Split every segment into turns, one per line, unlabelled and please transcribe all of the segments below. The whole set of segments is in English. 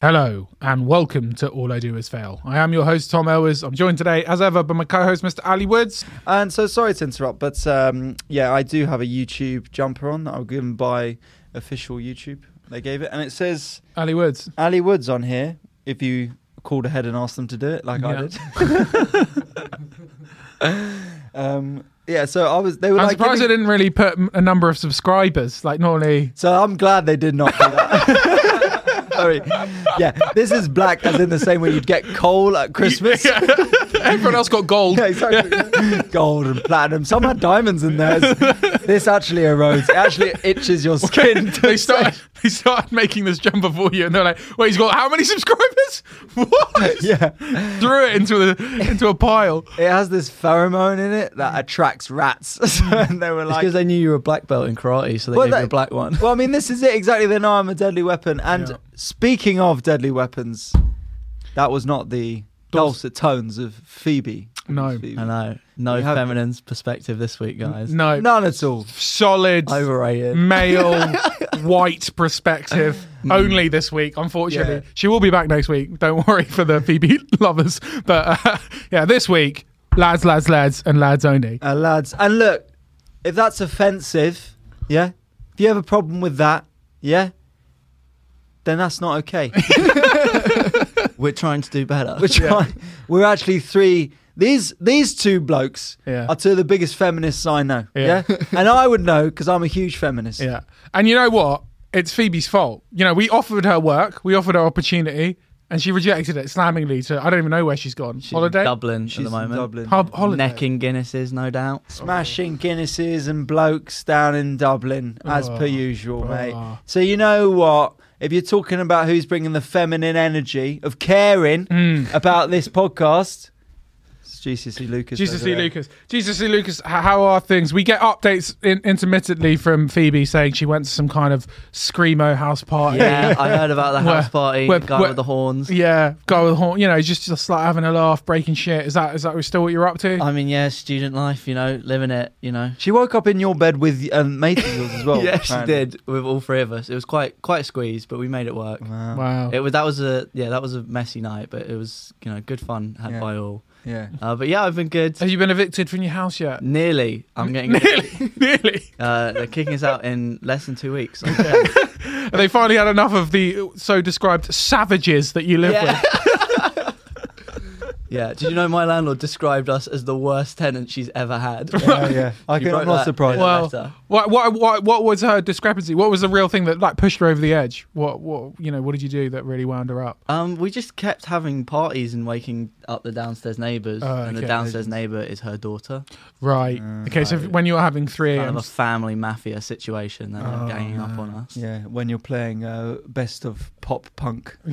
Hello and welcome to All I Do Is Fail. I am your host Tom Elwes. I'm joined today, as ever, by my co-host Mr. Ali Woods.
And so sorry to interrupt, but um, yeah, I do have a YouTube jumper on that I was given by official YouTube. They gave it, and it says
Ali Woods.
Ali Woods on here. If you called ahead and asked them to do it, like I
Yeah.
did. um, yeah, so I was. They were
I'm
like,
surprised they
giving-
didn't really put m- a number of subscribers. Like normally,
so I'm glad they did not do that. Sorry. Yeah, this is black, as in the same way you'd get coal at Christmas.
Yeah. everyone else got gold.
Yeah, exactly. Gold and platinum. Some had diamonds in there. This actually erodes. It actually itches your skin. to
They started, they started making this jumper for you, and they're like, "Wait, he's got how many subscribers? What?"
Yeah.
Threw it into the into a pile.
It has this pheromone in it that attracts rats. So, and they were
It's
like,
because they knew you were a black belt in karate, so they
Well,
gave
they-
you a black one.
well, I mean, this is it exactly. They know I'm a deadly weapon. And
Yeah.
speaking of deadly weapons, that was not the dulcet tones of Phoebe.
No.
Phoebe.
I know. No
We have-
feminine's perspective this week, guys.
No, Mm.
None at all.
solid
Overrated.
male white perspective
Mm.
only this week. Unfortunately,
Yeah.
she will be back next week. Don't worry for the Phoebe lovers, but uh, yeah, this week, lads, lads, lads, and lads only.
Uh, lads. And look, if that's offensive, yeah, if you have a problem with that, yeah, then that's not okay.
We're trying to do better.
We're trying, We're actually three. These these two blokes
Yeah.
are two of the biggest feminists I know.
Yeah.
Yeah, and I would know because I'm a huge feminist.
Yeah, and you know what? It's Phoebe's fault. You know, we offered her work, we offered her opportunity, and she rejected it slammingly. To I don't even know where she's gone.
She's
Holiday.
in Dublin
She's
at the
in
moment.
Dublin.
Hub- holiday.
Necking Guinnesses, no doubt.
Smashing Guinnesses and blokes down in Dublin, as
Oh,
per usual,
oh.
mate. So, you know what? If you're talking about who's bringing the feminine energy of caring
Hmm.
about this podcast, it's GCC Lucas.
Jesus
over
C.
there.
Lucas. Jesus C. Lucas, h- how are things? We get updates in, intermittently from Phoebe saying she went to some kind of screamo house party.
Yeah, I heard about the
Where-
house party,
where-
guy
where-
with the horns.
Yeah, go with horn. You know, just just like having a laugh, breaking shit. Is that is that still what you're up to?
I mean, yeah, student life, you know, living it, you know.
She woke up in your bed with um, mates of yours
Oh,
as well.
yeah, she
apparently.
did with all three of us. It was quite quite squeezed, but we made it work.
Wow.
wow.
It was that was a yeah that was a messy night, but it was you know good fun had
Yeah.
by all.
Yeah.
Uh, but yeah, I've been good.
Have you been evicted from your house yet?
Nearly, I'm getting
nearly, nearly.
Uh, they're kicking us out in less than two weeks.
They finally had enough of the so described savages that you live
yeah.
with.
yeah. Did you know my landlord described us as the worst tenant she's ever had?
Oh, yeah. I
You
can,
wrote
I'm not
that
surprised.
in a
Well-
letter.
What, what what what was her discrepancy? What was the real thing that like pushed her over the edge? What what you know? What did you do that really wound her up?
Um, we just kept having parties and waking up the downstairs neighbours,
Oh,
and
okay.
the downstairs neighbour is her daughter.
Right.
Mm,
okay. So if- when you were having three
Kind of
a.m.
a family mafia situation that they're ganging up on us.
Yeah, when you're playing uh, best of pop punk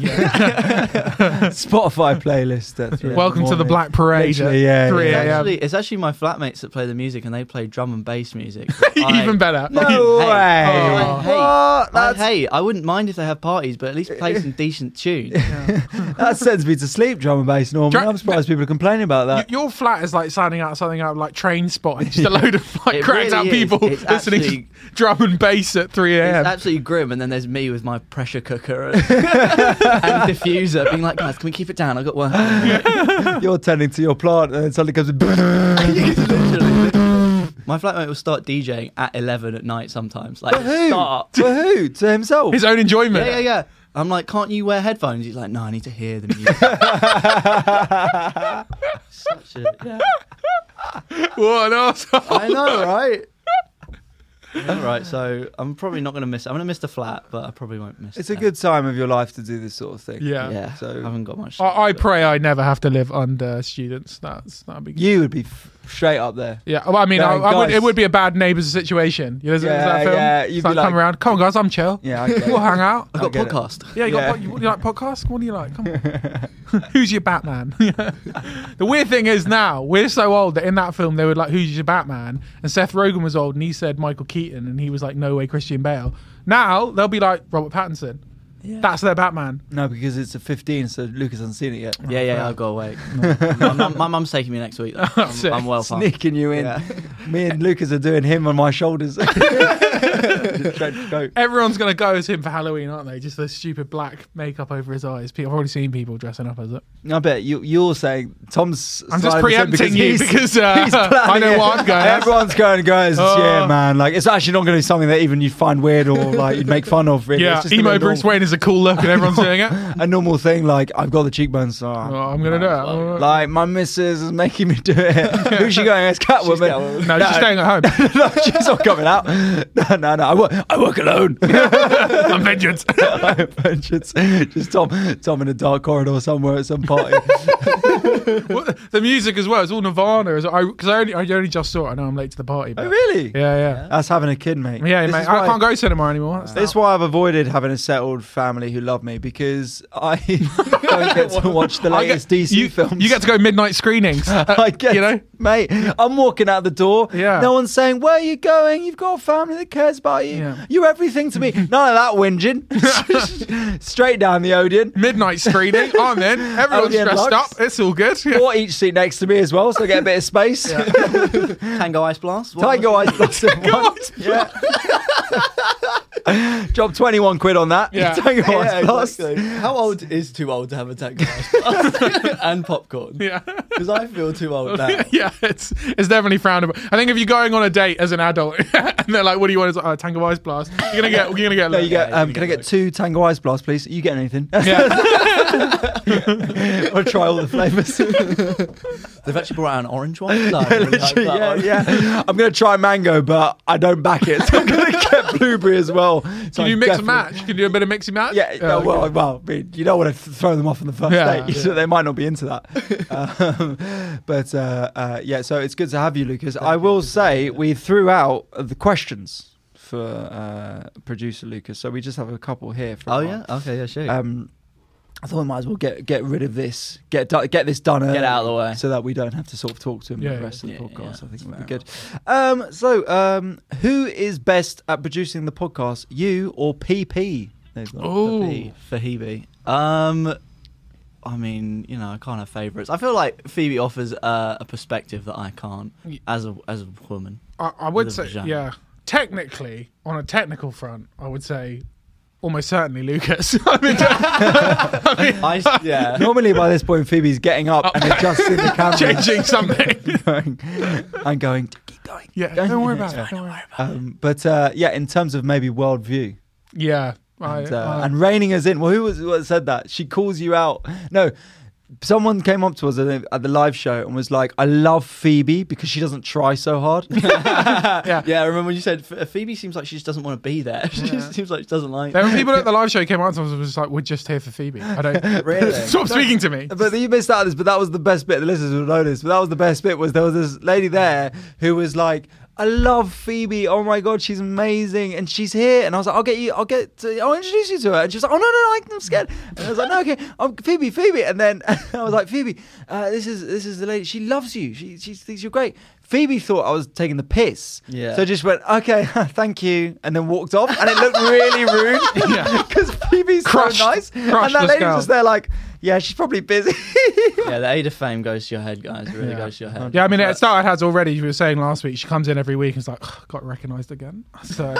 Spotify playlist. At three in
Welcome to the
morning.
Black Parade at
Literally, yeah,
3
It's,
yeah.
a.m.
actually, it's actually my flatmates that play the music, and they play drum and bass music.
Even better.
No
Fucking hate.
way!
Oh.
I hate-
What?
I,
That's,
hey, I wouldn't mind if they had parties, but at least play some decent tunes.
that sends me to sleep. Drum and bass, Norman.
Dra-
I'm surprised people are complaining about
Y-
that.
your flat is like sounding out something out of, like train spotting. Just a load of like
It
cracked out
really is.
people
It's
listening
actually-
to drum and bass at 3 a.m.
It's absolutely grim, and then there's me with my pressure cooker and, and diffuser, being like, "Guys, can we keep it down? I've got one."
You're tending to your plant, and then suddenly comes. a-
my flatmate will start DJing at eleven at night sometimes.
Oh,
Like,
Who?
start.
To who? To himself.
His own enjoyment.
Yeah, yeah, yeah. I'm like, "Can't you wear headphones?" He's like, "No, I need to hear the music." Such a, yeah.
What an arsehole.
I know, right? All right, so I'm probably not going to miss. I'm going to miss the flat, but I probably won't miss.
It's a
them.
good time of your life to do this sort of thing.
Yeah.
Yeah,
So-
so I haven't got much.
I, I pray I never have to live under students. That's that'd be good.
You would be f- straight up there.
Yeah, well, I mean, I,
Man,
I would,
guys.
it would be a bad neighbours situation. You know,
Yeah,
that film?
yeah,
It's
you'd be
like, come
like-
around. Come on, guys, I'm chill.
Yeah, I get
we'll
it.
hang out.
I've
I
got
get it.
podcast.
Yeah, you,
Yeah.
Got, you, you like podcasts? What do you like? Come on. Who's your Batman? the weird thing is now we're so old that in that film they were like, "Who's your Batman?" And Seth Rogen was old, and he said Michael Keaton, and he was like, "No way, Christian Bale." Now they'll be like Robert Pattinson. That's their Batman.
No, because it's a 15, so Lucas hasn't seen it yet.
Yeah, yeah, I've got awake. my, mum, my mum's taking me next week.
Oh,
Though. I'm, I'm well pumped.
Sneaking you in. Me and Lucas are doing him on my shoulders. Trench coat.
Everyone's gonna go as him for Halloween, aren't they? Just the stupid black makeup over his eyes. Pe- I've already seen people dressing up as it.
I bet you, you're saying Tom's.
I'm just
side of the story
preempting you
he's-
because uh,
he's
I
planning
know
it.
what I'm going. as.
Everyone's going, guys.
Oh.
yeah, man. Like it's actually not going to be something that even you'd find weird or like you'd make fun of. Really.
Yeah,
it's just gonna be
emo
a
Bruce
normal-
Wayne is a cool look, and everyone's doing it.
A normal thing. Like I've got the cheekbones, so
Oh, I'm gonna do it. All right.
like my missus is making me do it. Who's she going as? Catwoman.
no, she's staying at home.
no, she's not coming out. No, no, no. I work, I work alone.
I'm vengeance.
just, just Tom, Tom in a dark corridor somewhere at some party.
What- the music as well. It's all Nirvana. Because I, 'cause I only, I only just saw it. I know I'm late to the party. But
oh, really?
Yeah, yeah,
That's having a kid, mate.
yeah,
This
mate.
is
I
why-
can't go cinema anymore. That's
This is why I've avoided having a settled family who love me because I don't get to watch the
I get-
latest DC
you,
films.
You get to go midnight screenings. Uh,
I get,
you know.
mate. I'm walking out the door.
Yeah.
No one's saying where are you going. You've got a family that cares about you.
Yeah.
You're everything to me. None of that whinging. Straight down the Odeon.
Midnight screening. I'm in. Everyone's
yeah,
dressed
Lux.
up. It's all good. Yeah.
Or each seat next to me as well, so I get a bit of space.
Tango Ice Blast. What
Tiger Eyes Blast in one. Yeah. Drop 21 quid on that.
Yeah.
Tiger Eyes Blast.
exactly. How old is too old to have a Tango Ice Blast? and popcorn?
Yeah.
Because I feel too old now.
yeah, it's it's definitely frowned upon. I think if you're going on a date as an adult and they're like, "What do you want?" It's like, oh, "Tango Ice Blast." You're gonna get, you're gonna get.
No, you get,
Yeah,
um,
you
can I
get
get two Tango Eyes Blast, please? You get anything.
Yeah.
I'll try all the flavours.
They've actually brought out an orange one. No, I really like
Literally,
that
yeah,
one.
yeah. I'm going to try mango, but I don't back it. So I'm going to get blueberry as well. So
Can you
I'm
mix
definitely-
and match? Can you do a bit of mix and match?
Yeah, no,
okay.
well, well, I mean, you don't want to throw them off on the first
Yeah.
date, so they might not be into that. um, but uh, uh, yeah, so it's good to have you, Lucas. I will say we threw out the questions for uh, producer Lucas, so we just have a couple here. For a
Oh
while.
yeah. Okay. Yeah. Sure.
Um, I thought we might as well get get rid of this, get do- get this done, early
Get out of the way.
so that we don't have to sort of talk to him
Yeah,
the
yeah.
rest
Yeah,
of the podcast.
yeah.
I think we're good. Um, so, um, who is best at producing the podcast, you or PP? They've got-
Oh.
Phoebe- for Hebe. Um, I mean, you know, I can't have favourites. I feel like Phoebe offers uh, a perspective that I can't
Y-
as a as a woman.
I, I would
With
say,
a vagina.
yeah. Technically, on a technical front, I would say almost certainly Lucas. I mean,
I s- yeah.
Normally, by this point, Phoebe's getting up and adjusting the camera.
Oh. changing something.
going, I'm going, keep going.
Yeah, don't worry about it. Don't worry about it.
Um, but uh, yeah, in terms of maybe worldview
Yeah. I,
and, uh,
I-
and reining us in. Well, who was what said that? She calls you out. No, someone came up to us I think, at the live show and was like, "I love Phoebe because she doesn't try so hard."
um,
Yeah, I remember when you said "Ph- Phoebe seems like she just doesn't want to be there. she just seems like she doesn't like.
there were people at the live show who came out to us and was just like, we're just here for Phoebe. I don't.
Really?
Stop speaking to me.
But you missed out on this, but that was the best bit. The listeners will know this, but that was the best bit was there was this lady there who was like, I love Phoebe. Oh my god, she's amazing, and she's here. And I was like, I'll get you. I'll get. To, I'll introduce you to her. And she was like, Oh no, no, no I'm scared. And I was like, No, okay, I'm Phoebe, Phoebe. And then I was like, Phoebe, uh, this is this is the lady. She loves you. She she thinks you're great. Phoebe thought I was taking the piss.
Yeah.
So I just went, Okay, thank you, and then walked off. And it looked really rude
Yeah.
because Phoebe's
Crushed-
so nice,
crushed
and that
this
lady
girl.
was just there like, Yeah, she's probably busy.
yeah, the aid of fame goes to your head, guys. It really
Yeah.
goes to your head.
Yeah, I mean, it started has already. You were saying last week, she comes in every week and it's like, "Ugh, got recognised again. So,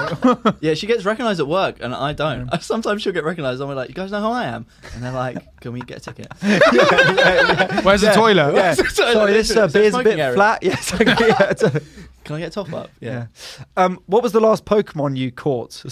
Yeah, she gets recognised at work, and I don't. Sometimes she'll get recognised, and we're like, "You guys know who I am?" And they're like, "Can we get a ticket?"
where's the toilet?
Yeah.
So
Sorry, this uh,
literally, it's a
beer's a
smoking
bit
area.
flat. Yes. Okay. Yeah. it's a-
Can I get a top up?
yeah. Um, what was the last Pokemon you caught?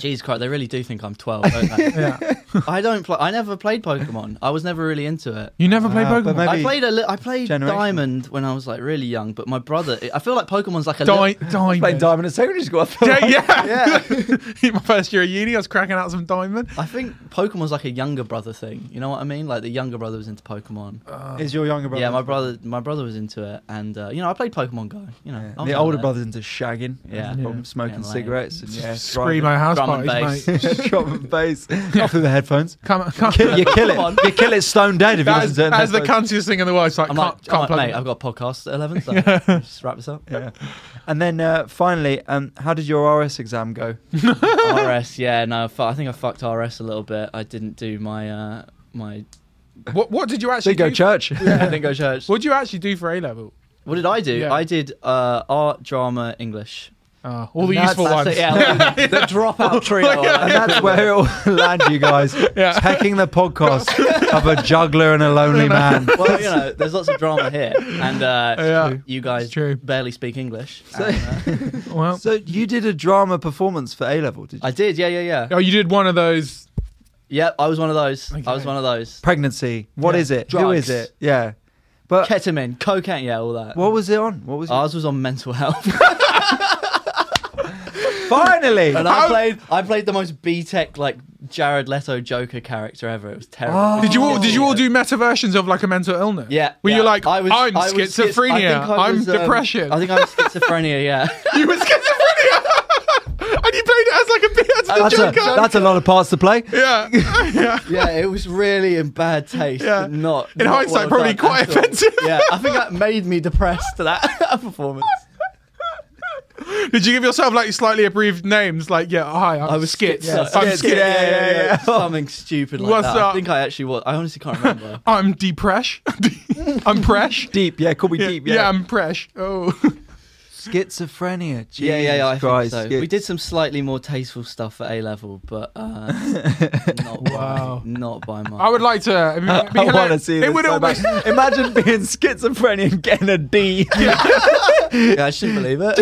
Jeez, Christ, they really do think I'm 12, don't they?
Yeah.
I don't play. I never played Pokemon. I was never really into it.
You never played
Ah, but
Pokemon?
maybe-
I played a li- I played
Generation.
Diamond when I was like really young, but my brother. I feel like Pokemon's like a
Di-
little,
diamond.
Playing Diamond and Secondary School. I thought.
Yeah, yeah. In my first year at uni, I was cracking out some diamond.
I think Pokemon's like a younger brother thing. You know what I mean? Like the younger brother was into Pokemon.
Is your younger brother?
yeah, my brother. My brother was into it, and uh, you know I played Pokemon Go. You know
Yeah.
I was
The
out
older
there.
brother's into shagging.
Yeah.
From
Yeah.
smoking
Yeah, like-
cigarettes and yeah.
Screamo house
Drum and
parties,
bass.
mate.
driving. Drum and bass. Off with the headphones.
Come, come.
Kill, you kill
Come on.
it. You kill it stone dead if
That
you
is,
listen to it.
that is the cuntiest thing in the world. It's like,
I'm
can't,
like,
can't
I'm like
plug
mate,
it.
I've got a podcast at eleven. So just wrap this up.
Yeah. And then uh, finally, um, how did your RS exam go?
RS, yeah, no, I fu- I think I fucked RS a little bit. I didn't do my uh, my.
What, what did you actually
Did go
do?
church?
I didn't go to church.
What did you actually do for A level?
What did I do?
Yeah.
I did uh, art, drama, English.
Uh, all the
That's-
useful
that's
ones.
it, yeah, the, the dropout trio.
And that's where it will land you guys.
Yeah.
Taking the podcast of a juggler and a lonely man.
well, you know, there's lots of drama here, and uh,
Yeah.
you guys
It's true.
barely speak English.
So-
and, uh,
Well,
So you did a drama performance for A level, did you?
I did, yeah, yeah, yeah.
oh, you did one of those.
Yep, I was one of those. I was
Okay.
one of those.
Pregnancy. What
Yeah.
is it? Who
Drugs.
is it? Yeah. But
Ketamine, cocaine, yeah, all that.
what was it on? What was it?
Ours was on mental health,
Finally.
and I
How-
played. I played the most B Tech like Jared Leto Joker character ever. It was terrible.
Oh.
Did you all? Did you all do meta versions of like a mental illness?
Yeah.
Were you
yeah.
like,
I was,
I'm
I was schiz- I think
schizophrenia.
I
I'm
was, um,
depression.
I think I was schizophrenia. Yeah.
you were schizophrenia, and you played it as like a bit as the
that's, a,
Joker.
that's a lot of parts to play.
yeah, yeah.
Yeah, it was really in bad taste.
Yeah.
and Not
In
not
hindsight,
well
probably
done
quite
at all.
offensive.
Yeah, I think that made me depressed. That, that performance.
Did you give yourself like slightly abbreviated names? Like, yeah, hi, I'm
I was
skit.
skits. Yeah,
I'm
skits,
skit.
Yeah, yeah, yeah, Something stupid like
What's
that.
up?
I think I actually was. I honestly can't remember.
I'm depresh. I'm presh.
Deep, yeah, call me
Yeah,
deep,
yeah.
yeah.
I'm presh. Oh,
Schizophrenia. Jesus
yeah, yeah, yeah. I
Christ.
think so.
Schiz-
We did some slightly more tasteful stuff at A level, but uh, not
Wow.
by not by much.
I would like to. I mean, it'd be
I want to
hilarious.
see
It
this.
would
so
almost.
bad. Imagine being schizophrenic and getting a D.
yeah, I shouldn't believe it.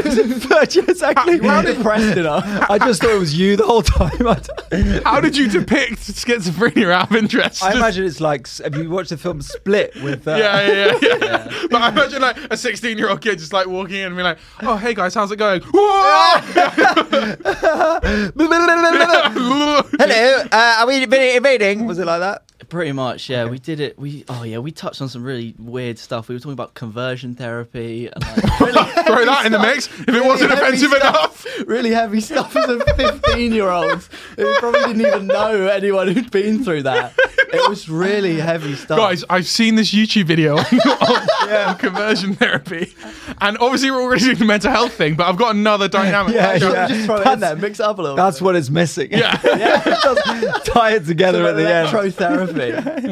exactly.
How depressed enough.
I just thought it was you the whole time. I d-
How did you depict schizophrenia out of interest?
I imagine it's like s- have you watched the film Split with uh,
Yeah, yeah, yeah. yeah. but I imagine like a 16 year old kid just like walking in and being like, oh, hey guys, how's it going?
Hello, uh, are we invading? Was it like that?
Pretty much, yeah. We did it. We oh yeah, we touched on some really weird stuff. We were talking about conversion therapy and like really,
Throw that in the mix if it wasn't
heavy
offensive
stuff.
enough.
really heavy stuff as a fifteen-year-old who probably didn't even know anyone who'd been through that. It was really heavy
Oh.
stuff.
Guys, I've seen this YouTube video on, on conversion therapy, and obviously we're already doing the mental health thing, but I've got another dynamic.
Yeah,
Should we
yeah.
just throw it in
That's-
there, mix it up a little.
That's
bit?
what it's missing.
Yeah.
it does tie it together at the end.
electrotherapy.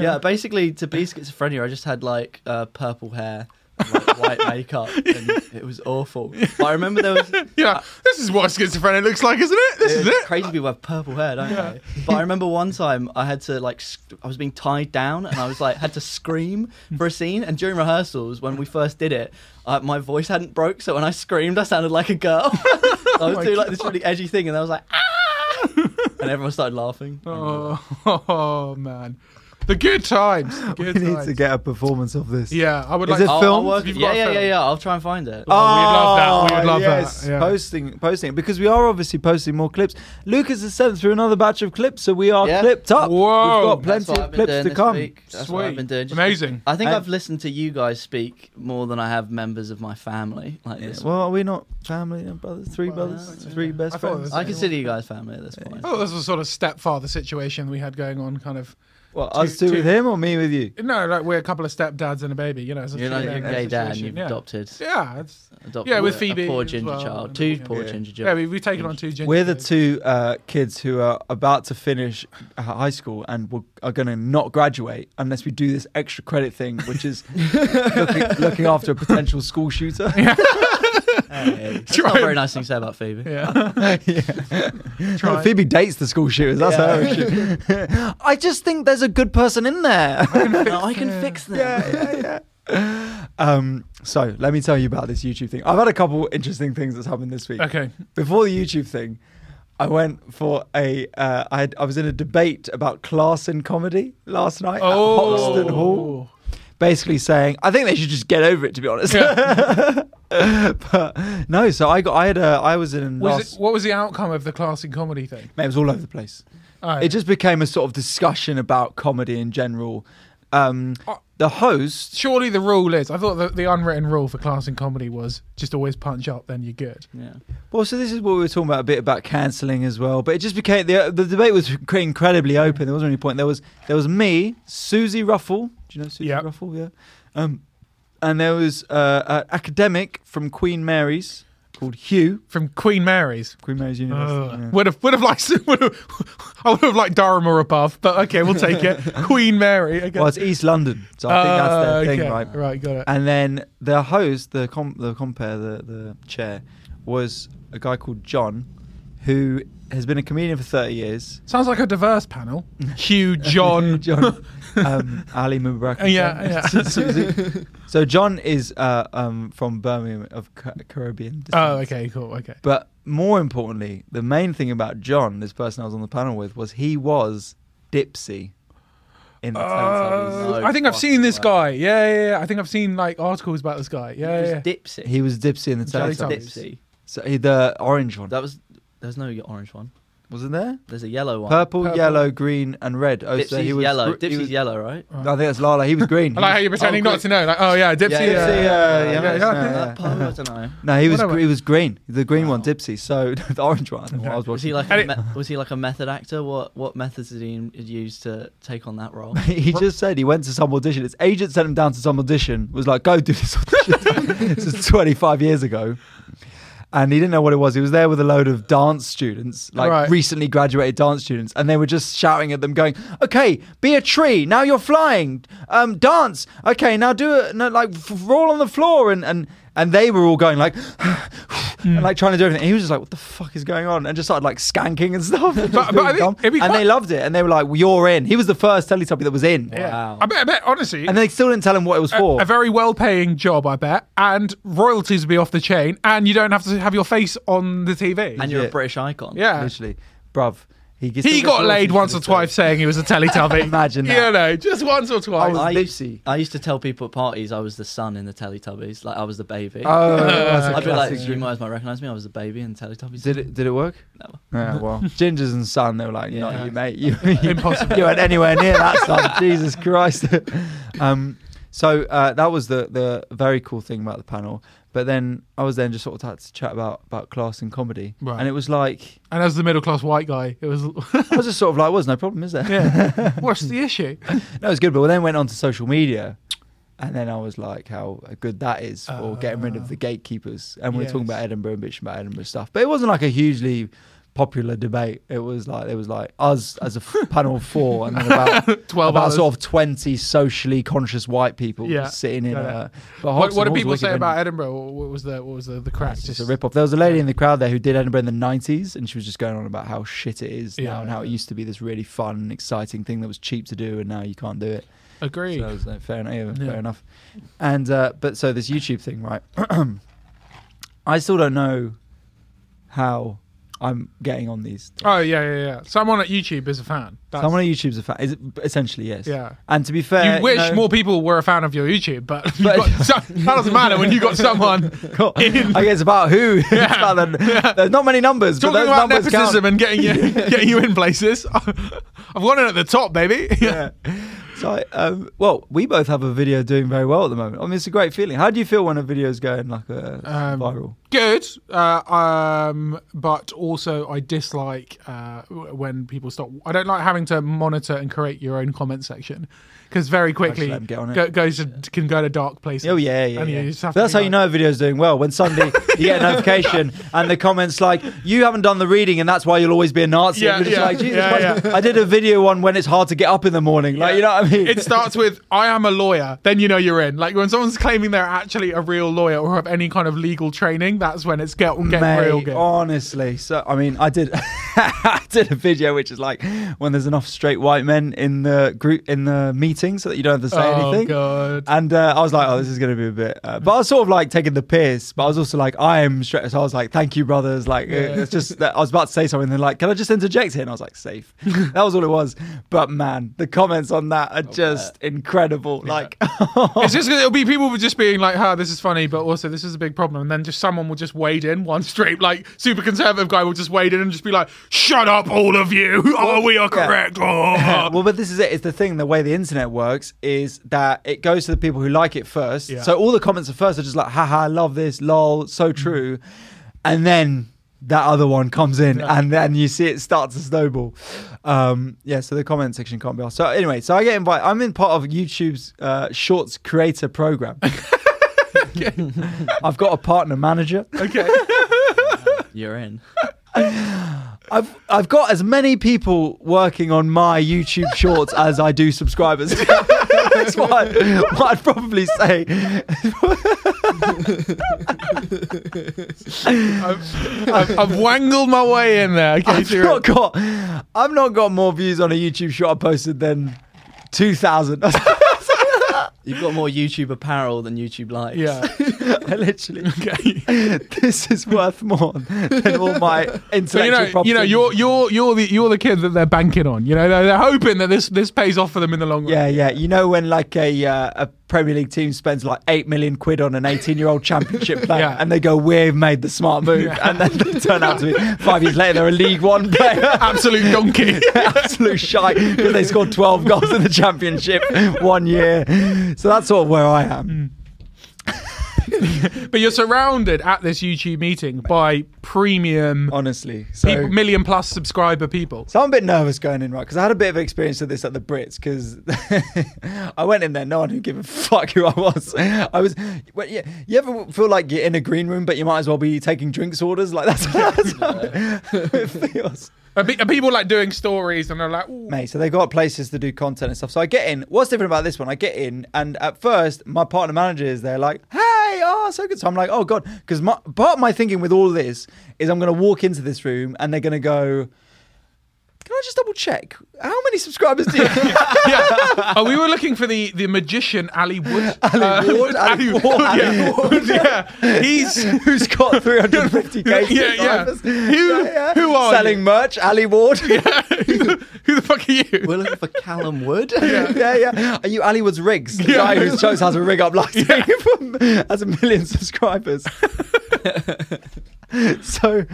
yeah. basically to be schizophrenia, I just had like uh, purple hair. and, Like, white makeup and it was awful but i remember there was
Yeah, this is what schizophrenia looks like, isn't it? This is
It's
it.
Crazy people have purple hair, don't they? But I remember one time I had to like sc- I was being tied down and I was like had to scream for a scene. And during rehearsals, when we first did it, uh, my voice hadn't broke, so when I screamed, I sounded like a girl. I was
Oh my
doing like this really edgy thing, and I was like, ah! and everyone started laughing.
Oh, oh, man, the good times. The
We
good
need
times.
to get a performance of this.
yeah, I would
Is
like.
it
to-
I'll, I'll
filmed?
work-
You've
yeah,
got
yeah,
film.
yeah, yeah. I'll try and find it.
Oh, we'd love that. We would
Oh,
love that.
yes.
Yeah.
Posting, posting, because we are obviously posting more clips. Lucas has sent through another batch of clips, so we are
Yeah.
clipped up.
Whoa.
We've got
That's
plenty
what
of
I've been
clips
doing
to
this
come.
week. That's what I've
Sweet.
been doing. Just-
Amazing.
I think
And-
I've listened to you guys speak more than I have members of my family. Like this.
Well, are we not family and brothers? Three brothers,
yeah.
three best
I thought it
friends.
was-
I consider you guys family at this point.
Oh, this was a sort of stepfather situation we had going on, kind of.
Well, us
two-
two with him or me with you?
No, like we're a couple of stepdads and a baby, you know. It's a
You're like
three-man
a gay dad and
situation,
you've
yeah.
adopted,
Yeah, it's,
adopted
Yeah, with
a
Phoebe
poor
as
ginger
well,
child,
and
two
yeah.
poor
Yeah.
ginger
yeah,
children.
we, we've taken on two ginger
We're the
kids.
two uh, kids who are about to finish h- high school and will, are going to not graduate unless we do this extra credit thing, which is looking, looking after a potential school shooter.
Hey, That's
Try
not a very
and-
nice thing to say about Phoebe.
Yeah. Try.
Phoebe dates the school shooters. That's
Yeah.
her issue. I just think there's a good person in there.
No, I can fix them.
yeah, yeah. Um, so let me tell you about this YouTube thing. I've had a couple interesting things that's happened this week.
Okay.
Before the YouTube thing, I went for a. Uh, I had, I was in a debate about class in comedy last night at Hoxton Hall,
Oh.
basically saying I think they should just get over it. To be honest, but no. So I got. I had a. I was in.
Was
last,
it, what was the outcome of the class in comedy thing?
Mate, it was all over the place.
Oh.
It just became a sort of discussion about comedy in general. Um,
Oh.
the host,
Surely the rule is, I thought that the unwritten rule for class in comedy was just always punch up, then you're good.
Yeah.
well, so this is what we were talking about a bit about cancelling as well. But it just became the the debate was cr- incredibly open. There wasn't any point. There was there was me, Susie Ruffle. Do you know Susie
Yep.
Ruffle? Yeah. Um, and there was uh, an academic from Queen Mary's called Hugh.
From Queen Mary's.
Queen Mary's
Ugh.
University. yeah.
Would have would have liked would have, I would have liked Durham or above, but okay, we'll take it. Queen Mary. Okay.
Well, it's East London, so I think that's their
Uh,
thing,
okay.
right?
Right, got it.
And then the host, the com- the compare, the the chair, was a guy called John, who has been a comedian for 30 years.
Sounds like a diverse panel. Hugh, John,
John, um, Ali Mubarak. and
Yeah,
so-
yeah.
so- so John is uh, um, from Birmingham of Ca- Caribbean. descent.
oh, okay, cool, okay.
But more importantly, the main thing about John, this person I was on the panel with, was he was Dipsy in the
Uh,
Teletubbies.
I think I've
fucking
seen this
way.
guy. Yeah, yeah, yeah. I think I've seen like articles about this guy. Yeah, yeah.
It
yeah.
was Dipsy.
He was Dipsy in the
That was
That was
Teletubbies.
Dipsy.
So he, the orange one
That was. There's no orange one.
wasn't there?
There's a yellow one.
Purple,
Purple.
yellow, green, and red. Oh,
Dipsy's
so he was
yellow.
gr- he
Dipsy's
was-
yellow, right?
No, I think that's Lala. He was green.
I like how you're pretending not
great.
to know. Like, oh yeah, Dipsy.
Yeah,
Yeah,
Dipsy,
yeah,
uh, yeah,
yeah,
yeah,
yeah.
That part, I don't know.
No, he was
Whatever.
gr- he was green. The green one,
Wow.
Dipsy. So the orange one. the one I was
Was he
watching.
like
And
a
it-
me- was he like a method actor? What what methods did he use to take on that role?
He just said he went to some audition. His agent sent him down to some audition. Was like, go do this audition. this is 25 years ago, and he didn't know what it was. He was there with a load of dance students, like
Right.
recently graduated dance students, and they were just shouting at them, going, "Okay, be a tree. Now you're flying. Um, dance. Okay, now do it. No, like f- roll on the floor." And and and they were all going like. And like trying to do everything, And he was just like, "What the fuck is going on?" And just started like skanking and stuff. and just
but I
being
think
dumb.
it'd be
and
quite-
they loved it, and they were like, well, "You're in." He was the first Teletubby that was in.
Yeah.
Wow.
I uh, bet. I bet. Honestly,
And they still didn't tell him what it was
a,
for.
a very well-paying job, I bet, and royalties would be off the chain, and you don't have to have your face on the TV.
And you're a
Legit.
British icon.
yeah,
Literally, bruv. He, gets-
uh, he
still
got
gets
laid
royalties
once
for
or
this
twice saying he was a Teletubby.
Imagine
You
that.
know, just once or
I
twice.
was
I used-
Dipsy.
I used to tell people at parties I was the son in the Teletubbies, like I was the baby.
Oh, that's a
I'd be like,
classic.
you guys might recognise me. I was the baby in the Teletubbies.
Did it? Did it work?
No.
Yeah, well, Gingers and Son, they were like, "Not
Yeah.
you, mate. You, you,
Impossible.
you weren't anywhere near that, son. Jesus Christ." um, so uh, that was the the very cool thing about the panel. But then I was then just sort of had to chat about about class and comedy,
Right.
and it was like
and as the middle-class white guy, it was.
I was just sort of like, "Well, there's no problem, is there?"
yeah. What's the issue?
No, it's good. But we then went on to social media, and then I was like, how good that is for getting rid
Uh,
of the gatekeepers. And we were talking
yes.
about Edinburgh and bitching about Edinburgh stuff. But it wasn't like a hugely popular debate. It was like it was like us as a f- panel of four, and then about.
Twelve
about
hours.
sort of twenty socially conscious white people
Yeah.
sitting in
Got it.
a.
what,
But Hobson
what did
Hall's
people
wicked
say
venue.
about Edinburgh? What what was the what was the the crack?
It's
Just
just a rip-off. There was a lady in the crowd there who did Edinburgh in the 90s, and she was just going on about how shit it is
Yeah.
now and how it used to be this really fun and exciting thing that was cheap to do, and now you can't do it.
agree.
So that was, uh, fair enough. yeah,
Yeah.
Fair enough. And uh, but so this YouTube thing, right? I still don't know how I'm getting on these. things.
Oh yeah, yeah, yeah. Someone at YouTube is a fan. That's,
Someone on YouTube's a fan. Is it, essentially, yes.
yeah.
And to be
You
fair,
wish
know-
more people were a fan of your YouTube, but, you
But-
got, so, that doesn't matter when you got someone
God,
in
I guess about who. It's about the- There's not many numbers, but
talking
those
about
numbers
nepotism
count.
and getting you getting you in places. I've won it at the top, baby.
Yeah. So, I, um, well, we both have a video doing very well at the moment. I mean, it's a great feeling. How do you feel when a video's going like a
Um,
viral?
Good, uh, um, but also I dislike uh, w- when people stop. I don't like having to monitor and create your own comment section because very quickly
let 'em get on it.
go, goes to, can go to dark places.
Oh yeah, yeah.
And
yeah.
You just have
That's
to
how
be
you
like-
know a video's doing well. When suddenly you get a notification and the comments like, "You haven't done the reading, and that's why you'll always be a Nazi."
Yeah,
You're just
yeah,
like, Jesus
yeah,
Christ, I did a video on when it's hard to get up in the morning. Like, you know what I mean?
it starts with "I am a lawyer," then you know you're in. Like when someone's claiming they're actually a real lawyer or have any kind of legal training, that's when it's get get
Mate, oh,
real good.
honestly. So I mean, I did, I did a video which is like when there's enough straight white men in the group in the meeting, so that you don't have to say
Oh,
anything.
God.
And uh, I was like, oh, this is going to be a bit. Uh, but I was sort of like taking the piss, but I was also like, I am straight. So I was like, thank you, brothers. Like,
Yeah.
it's just that I was about to say something. They're like, can I just interject here? And I was like, safe. that was all it was. But man, the comments on that are just incredible. Like, oh,
It's just it'll be people just being like, "Ha, this is funny," but also this is a big problem. And then just someone will just wade in. One straight like super conservative guy will just wade in and just be like, "Shut up, all of you! Oh, we are
yeah.
correct." Oh.
well, but this is it. It's the thing. The way the internet works is that it goes to the people who like it first.
Yeah.
So all the comments at first are just like, haha, love this, lol, so true. And then that other one comes in and then you see it start to snowball. Um, yeah, so the comment section can't be asked. So anyway, so I get invited. I'm in part of YouTube's uh, Shorts creator program. I've got a partner manager.
okay.
You're in.
I've I've got as many people working on my YouTube Shorts as I do subscribers. That's what, I, what I'd probably say.
I've, I've, I've wangled my way in there. Okay,
I've
do
not
it.
got, I've not got more views on a YouTube shot I posted than two thousand.
You've got more YouTube apparel than YouTube likes.
Yeah.
Literally,
Okay.
this is worth more than all my intellectual
So you know,
property.
you know, you're you're you're the you're the kid that they're banking on. You know, they're, they're hoping that this this pays off for them in the long run.
Yeah, yeah. You know when like a uh, a Premier League team spends like eight million quid on an eighteen year old championship player,
Yeah.
and they go, "We've made the smart move,"
Yeah.
and then they turn out to be five years later they're a League One player.
Absolute donkey.
Absolute shite because they scored 12 goals in the championship one year. So that's sort of where I
Mm.
am.
but you're surrounded at this YouTube meeting by premium
Honestly. So,
people, million plus subscriber people.
so I'm a bit nervous going in, right? Because I had a bit of experience of this at the Brits because I went in there, no one who gave a fuck who I was. I was, well, yeah, you ever feel like you're in a green room, but you might as well be taking drinks orders? Like that's, that's how it feels.
Are, pe- are people like doing stories and they're like, Ooh.
Mate, so they got places to do content and stuff. So I get in. What's different about this one? I get in, and at first, my partner manager is there, like, "Hey, oh, so good." So I'm like, "Oh god," because my part of my thinking with all this is I'm going to walk into this room and they're going to go, "Can I just double check how many subscribers do you?" have?"
yeah. Oh, we were looking for the the magician Ali Wood. Uh, Ali
Ward, Ali Ward,
yeah.
Ali Ward.
yeah. He's
Who's got 350k?
Yeah, yeah.
subscribers?
Who- who are
selling
you?
merch? Ali Ward.
who the fuck are you?
We're looking for Callum Wood.
yeah, yeah. Are you Ali Woods Riggs? The
Yeah.
guy whose shows has a rig up last
Yeah.
week from, has a million subscribers. so,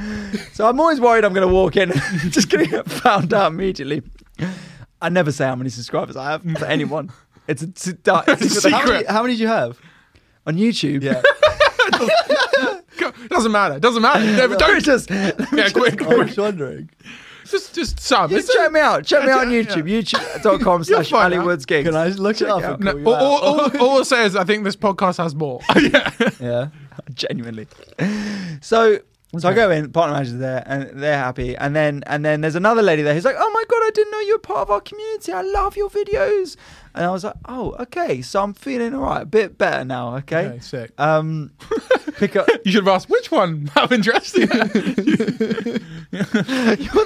so I'm always worried I'm going to walk in and just going to get found out immediately. I never say how many subscribers I have to anyone. It's a, it's a, dark- it's a secret.
How many, how many do you have?
on YouTube.
Yeah.
Doesn't matter. Doesn't matter. Never,
Don't
don't
just let me
Yeah,
just-
quick,
I
quick.
was wondering.
Just, just sub.
Just
It's-
check me out. Check me out on
Yeah.
YouTube. YouTube.com slash
fine,
Ali
man.
Woods Gigs.
Can I just look
Check
it up?
it out. Oh,
and
No,
call you
all,
out?
all, all, all it says, I think this podcast has more. yeah.
Yeah.
genuinely. So so I go in, partner manager's there, and they're happy. And then and then there's another lady there who's like, "Oh my god, I didn't know you were part of our community. I love your videos." And I was like, "Oh, okay. So I'm feeling all right, a bit better now. Okay,
Okay, sick.
um, pick up.
You should have asked which one. How interesting.
you're,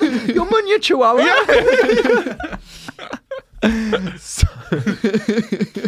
the, you're Munya Chihuahua. so,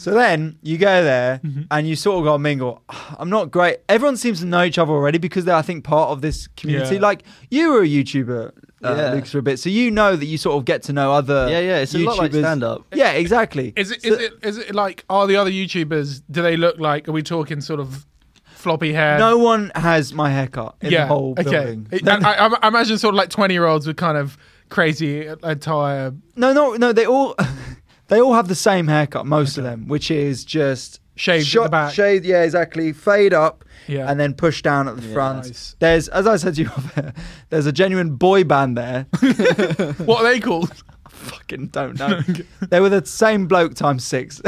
So then you go there
Mm-hmm.
and you sort of go mingle. I'm not great. Everyone seems to know each other already because they're, I think, part of this community.
Yeah.
Like you were a YouTuber, uh,
Yeah.
Lucas, for a bit, so you know that you sort of get to know other.
Yeah, yeah, it's a lot like
oh. YouTubers.
stand-up.
Yeah, exactly.
Is it, is it, is it like, are the other YouTubers, do they look like, are we talking sort of floppy hair?
no one has my haircut in
yeah.
the whole
okay.
building.
I, I, I- I imagine sort of like 20 year olds with kind of crazy uh, attire.
No, no, no. They all they all have the same haircut. Most of them, which is just
Shaved at
shot-
the back.
Shaved, yeah, exactly. Fade up,
Yeah.
and then push down at the front.
Nice.
There's, as I said to you, off air, there's a genuine boy band there.
What are they called?
Fucking don't know. they were the same bloke times six.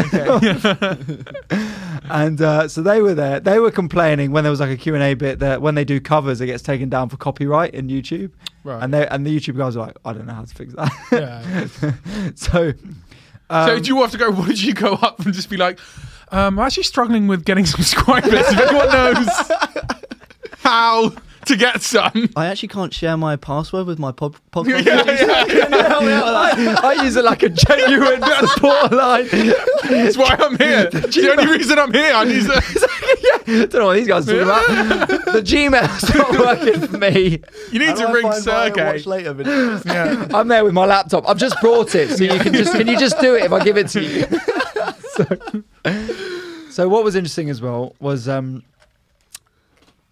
and uh, so they were there. They were complaining when there was like a Q and A bit that when they do covers, it gets taken down for copyright in YouTube.
Right.
And they and the YouTube guys were like, I don't know how to fix that.
Yeah.
so.
so
um,
do you have to go, what did you go up and just be like, um, I'm actually struggling with getting subscribers. if anyone knows how to get some.
Uh,
I actually can't share my password with my pod- podcast.
Yeah,
producer.
yeah.
Can you help me out with that?
I, I use it like a genuine support line.
That's why I'm here. the only reason I'm here, I need to,
Don't know what these guys are talking about. The Gmail's not working for me.
you need
How
to
do I
ring
find my
Sergey.
Watch later videos?
Yeah.
I'm there with my laptop. I've just brought it, so you can just can you just do it if I give it to you. so, so what was interesting as well was um,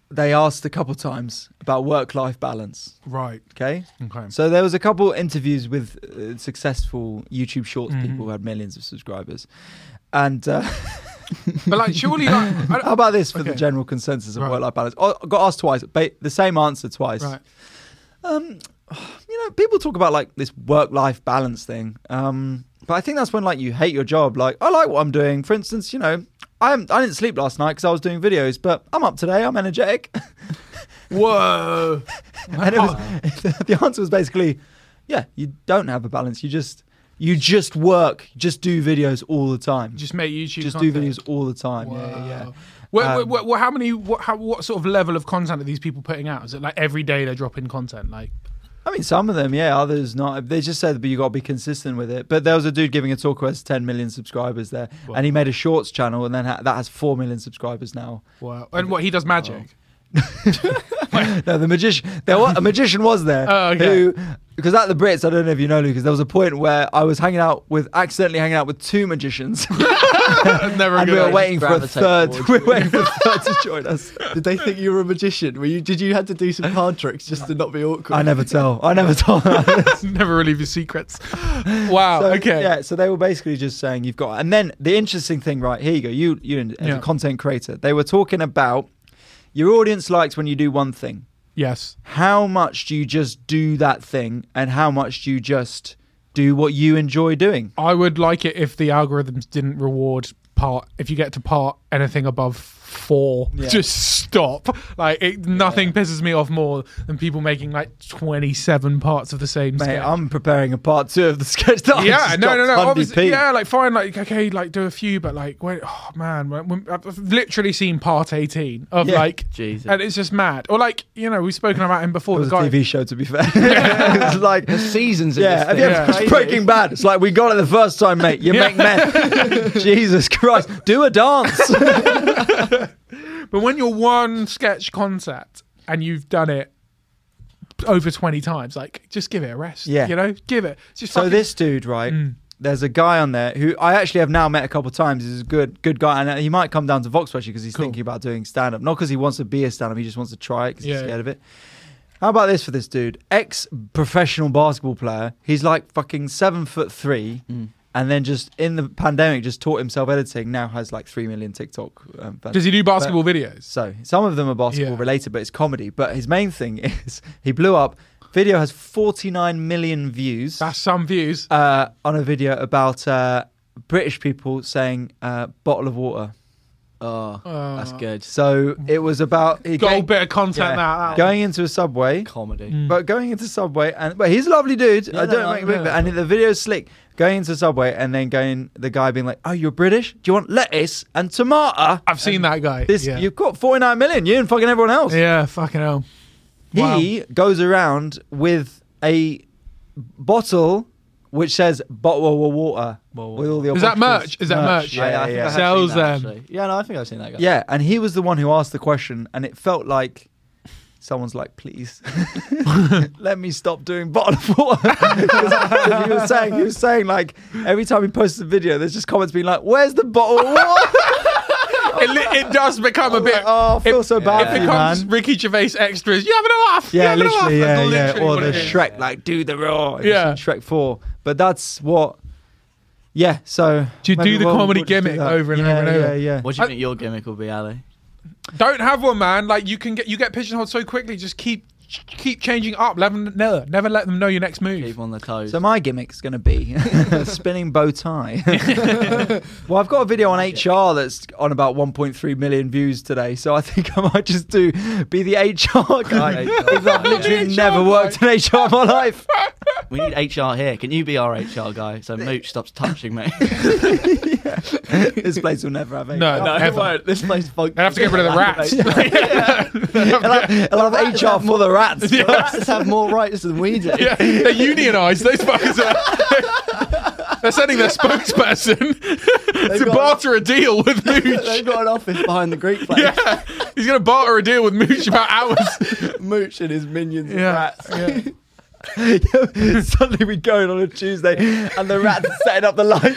they asked a couple times about work-life balance.
Right.
Okay,
Okay.
So there was a couple interviews with uh, successful YouTube Shorts
Mm-hmm.
people who had millions of subscribers, and uh,
But like, surely, like, I
how
don't,
about this for the
Okay.
general consensus of
Right.
work-life balance? Oh, I got asked twice, ba- the same answer twice.
right.
Um, you know, people talk about like this work-life balance thing, um, but I think that's when like you hate your job. Like I like what I'm doing. For instance, you know, I am I didn't sleep last night because I was doing videos, but I'm up today. I'm energetic,
Whoa. Oh,
and it was the answer was basically, yeah, you don't have a balance. You just You just work, just do videos all the time. Just,
Just make YouTube.
do
content.
videos all the time.
Wow.
Yeah, yeah.
What,
Um,
what- what, what, how many? What, how, what sort of level of content are these people putting out? Is it like every day they're dropping content? Like,
I mean, some of them, yeah. Others not. They just said, but you got to be consistent with it. But there was a dude giving a talk who has 10 million subscribers there,
Wow.
and he made a shorts channel, and then ha- that has 4 million subscribers now.
wow. And what he does magic.
No, the magician. There was a magician was there
Oh, okay.
who, because at the Brits, I don't know if you know, Lucas. There was a point where I was hanging out with, accidentally hanging out with two magicians,
Never a
Oh. and
good
we were
idea.
waiting for a
Gravitate
third.
towards
We were waiting for a third to join us.
Did they think you were a magician? Were you? Did you had to do some card tricks just to not be awkward?
I never tell. I never tell.
Never relieve your secrets. Wow.
So,
Oh, okay.
Yeah, so they were basically just saying you've got, and then the interesting thing, right? Here you go. You, you as
Yeah.
a content creator, they were talking about your audience likes when you do one thing.
Yes.
How much do you just do that thing, and how much do you just do what you enjoy doing?
I would like it if the algorithms didn't reward part. If you get to part anything above four, just stop. Like it, nothing pisses me off more than people making like twenty-seven parts of the same.
Mate,
sketch.
I'm preparing a part two of the sketch. That I
yeah,
just
no, no,
dropped
no.
100p.
Obviously, yeah, like fine, like okay, like do a few, but like wait, oh man, when, when, I've literally seen part eighteen of
Yeah.
like,
Jesus.
and it's just mad. Or like you know, we've spoken about him
It
before.
was
The
a
guy,
TV show, to be fair. it's like,
Seasons. In
yeah,
This
have
thing.
you
Yeah.
ever it's Breaking Bad? It's like we got it the first time, mate. You
Yeah.
make men. Jesus Christ, do a dance.
but when you're one sketch concept and you've done it over twenty times, like just give it a rest.
Yeah.
you know, give it. It's Just
So
fucking- Mm.
this dude, right? There's a guy on there who I actually have now met a couple of times. He's a good, good guy, and uh, he might come down to Vox actually because he's
Cool.
thinking about doing stand up, not because he wants to be a stand up. He just wants to try it because
Yeah.
he's scared of it. How about this for this dude? Ex professional basketball player. He's like fucking seven foot three,
Mm.
and then just in the pandemic, just taught himself editing. Now has like three million TikTok. Um, fans.
does he do basketball videos?
So some of them are basketball
Yeah.
related, but it's comedy. But his main thing is he blew up. Video has 49 million views
That's some views.
uh, on a video about uh, British people saying uh, bottle of water.
Oh,
Uh,
that's good.
So it was about he
Got a
going,
bit of content
yeah,
now. that-
going into a subway,
Comedy.
Mm.
but going into subway and but he's a lovely dude.
Yeah,
I don't
no,
make a
no,
big-
no.
and the video's slick. Going into subway and then going the guy being like, "Oh, you're British? Do you want lettuce and tomato?"
I've seen that guy.
This
yeah.
you've got 49 million. You and fucking everyone else.
yeah, fucking hell. Wow.
He goes around with a bottle which says bottle of water. With all the
Is that
apostrophes.
merch? Is that merch?
Yeah, yeah,
I think
yeah.
I have
Sells
seen that,
them.
actually. Yeah, no, I think I've seen that guy.
Yeah, and he was the one who asked the question, and it felt like someone's like, "Please, let me stop doing bottle of water." 'Cause he was saying, he was saying like every time he posts a video, there's just comments being like, "Where's the bottle of water?"
it, li- it does become a bit.
Like, oh, I feel
it-
so bad for
It
you,
becomes
man.
Ricky Gervais extras. You having a laugh? You
Yeah,
having a
literally,
laugh?
yeah,
That's
yeah.
literally
Or
what
the
it is.
Shrek, like, do the roar. It's
Yeah.
in Shrek Four. But that's what. Yeah, so
Do you do
maybe
the
we'll-
comedy
we'll just do
gimmick
that.
over and
Yeah,
over and over?
Yeah, yeah.
What do you
I-
think your gimmick will be, Ali?
Don't have one, man. Like you can get you get pigeonholed so quickly. Just keep keep changing up. Never never, never let them know your next
Keep
move.
on the toes.
So my gimmick's going to be spinning bow tie. well, I've got a video on HR that's on about 1.3 million views today, so I think I might just do be the HR guy. Because I've literally
The HR
never worked in HR in my life.
we need HR here. Can you be our HR guy? So Mooch stops touching me.
this place will never have HR.
No, no.
No, it
Ever.
won't. This place funky.
They have to get rid of the rats.
I'll have, I'll have HR for the rats.
Yeah.
Rats have more rights than we do.
yeah, they're unionised. Those fuckers are. they're sending their spokesperson to
got-
barter a deal with
They've
Mooch.
got an office behind the Greek place.
yeah, he's gonna barter a deal with Mooch about hours.
Mooch and his minions and
Yeah,
rats.
yeah.
Suddenly we go in on a Tuesday and the rats are setting up the lights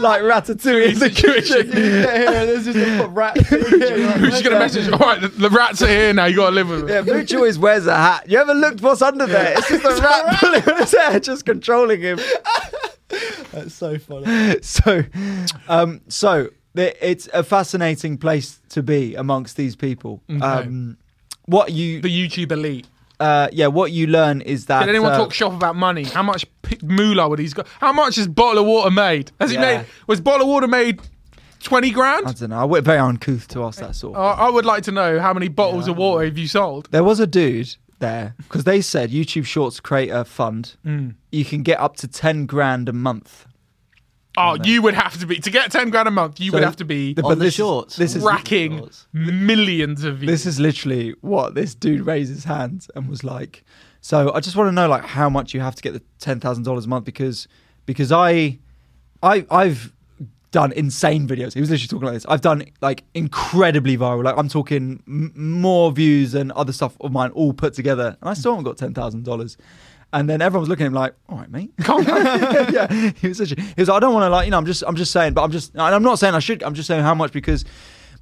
like ratatouille in the
Situation.
kitchen.
Yeah, yeah, there's just a rat.
Mooch is gonna message. All right, the, the rats are here now. You gotta live with them.
Yeah, Mooch always wears a hat. You ever looked what's under there? It's just a rat pulling on his hair, just controlling him.
That's so funny.
So, um, so th- it's a fascinating place to be amongst these people. Um, what you,
The YouTube elite.
uh, yeah, what you learn is that.
Did anyone
uh,
talk shop about money? How much p- moolah would he's got? How much is bottle of water made? Has he
Yeah.
made? Was bottle of water made twenty
I
grand?
don't know. I
Oh.
went very uncouth to ask that sort.
I I would like to know how many bottles of water have you sold?
there was a dude there because they said YouTube Shorts Creator Fund,
Mm.
you can get up to 10 grand a month.
Oh, you would have to be to get ten grand a month. You would
So
have to be
the-
on
but
the
this is-
shorts.
this is-
racking
Shorts.
millions of views.
This is literally what this dude raised his hands and was like. So I just want to know like how much you have to get the $10,000 a month because because I I I've done insane videos. He was literally talking like this. I've done like incredibly viral. Like I'm talking m- more views and other stuff of mine all put together, and I still haven't got ten thousand dollars. And then everyone was looking at him like, "All right, mate."
Calm down.
yeah, he was such. A, he was. Like, I don't want to like you know. I'm just. I'm just saying. But I'm just. And I'm not saying I should. I'm just saying how much because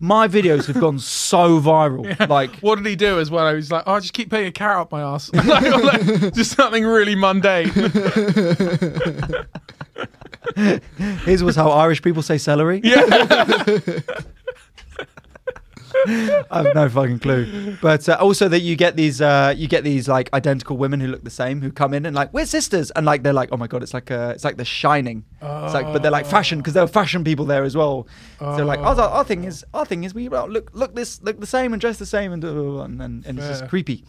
my videos have gone so viral. Like
What did he do as well? He was like, "Oh, just keep putting a carrot up my ass." just something really mundane.
His was how Irish people say celery.
Yeah.
I have no fucking clue. But uh, also that you get these, uh, you get these like identical women who look the same who come in and like we're sisters, and like they're like, oh my god, it's like uh it's like The Shining. It's like, but they're like fashion because there were fashion people there as well. So like our, our thing is, our thing is we well, look look this look the same and dress the same and blah, blah, blah, and, and, and it's
Fair.
just creepy.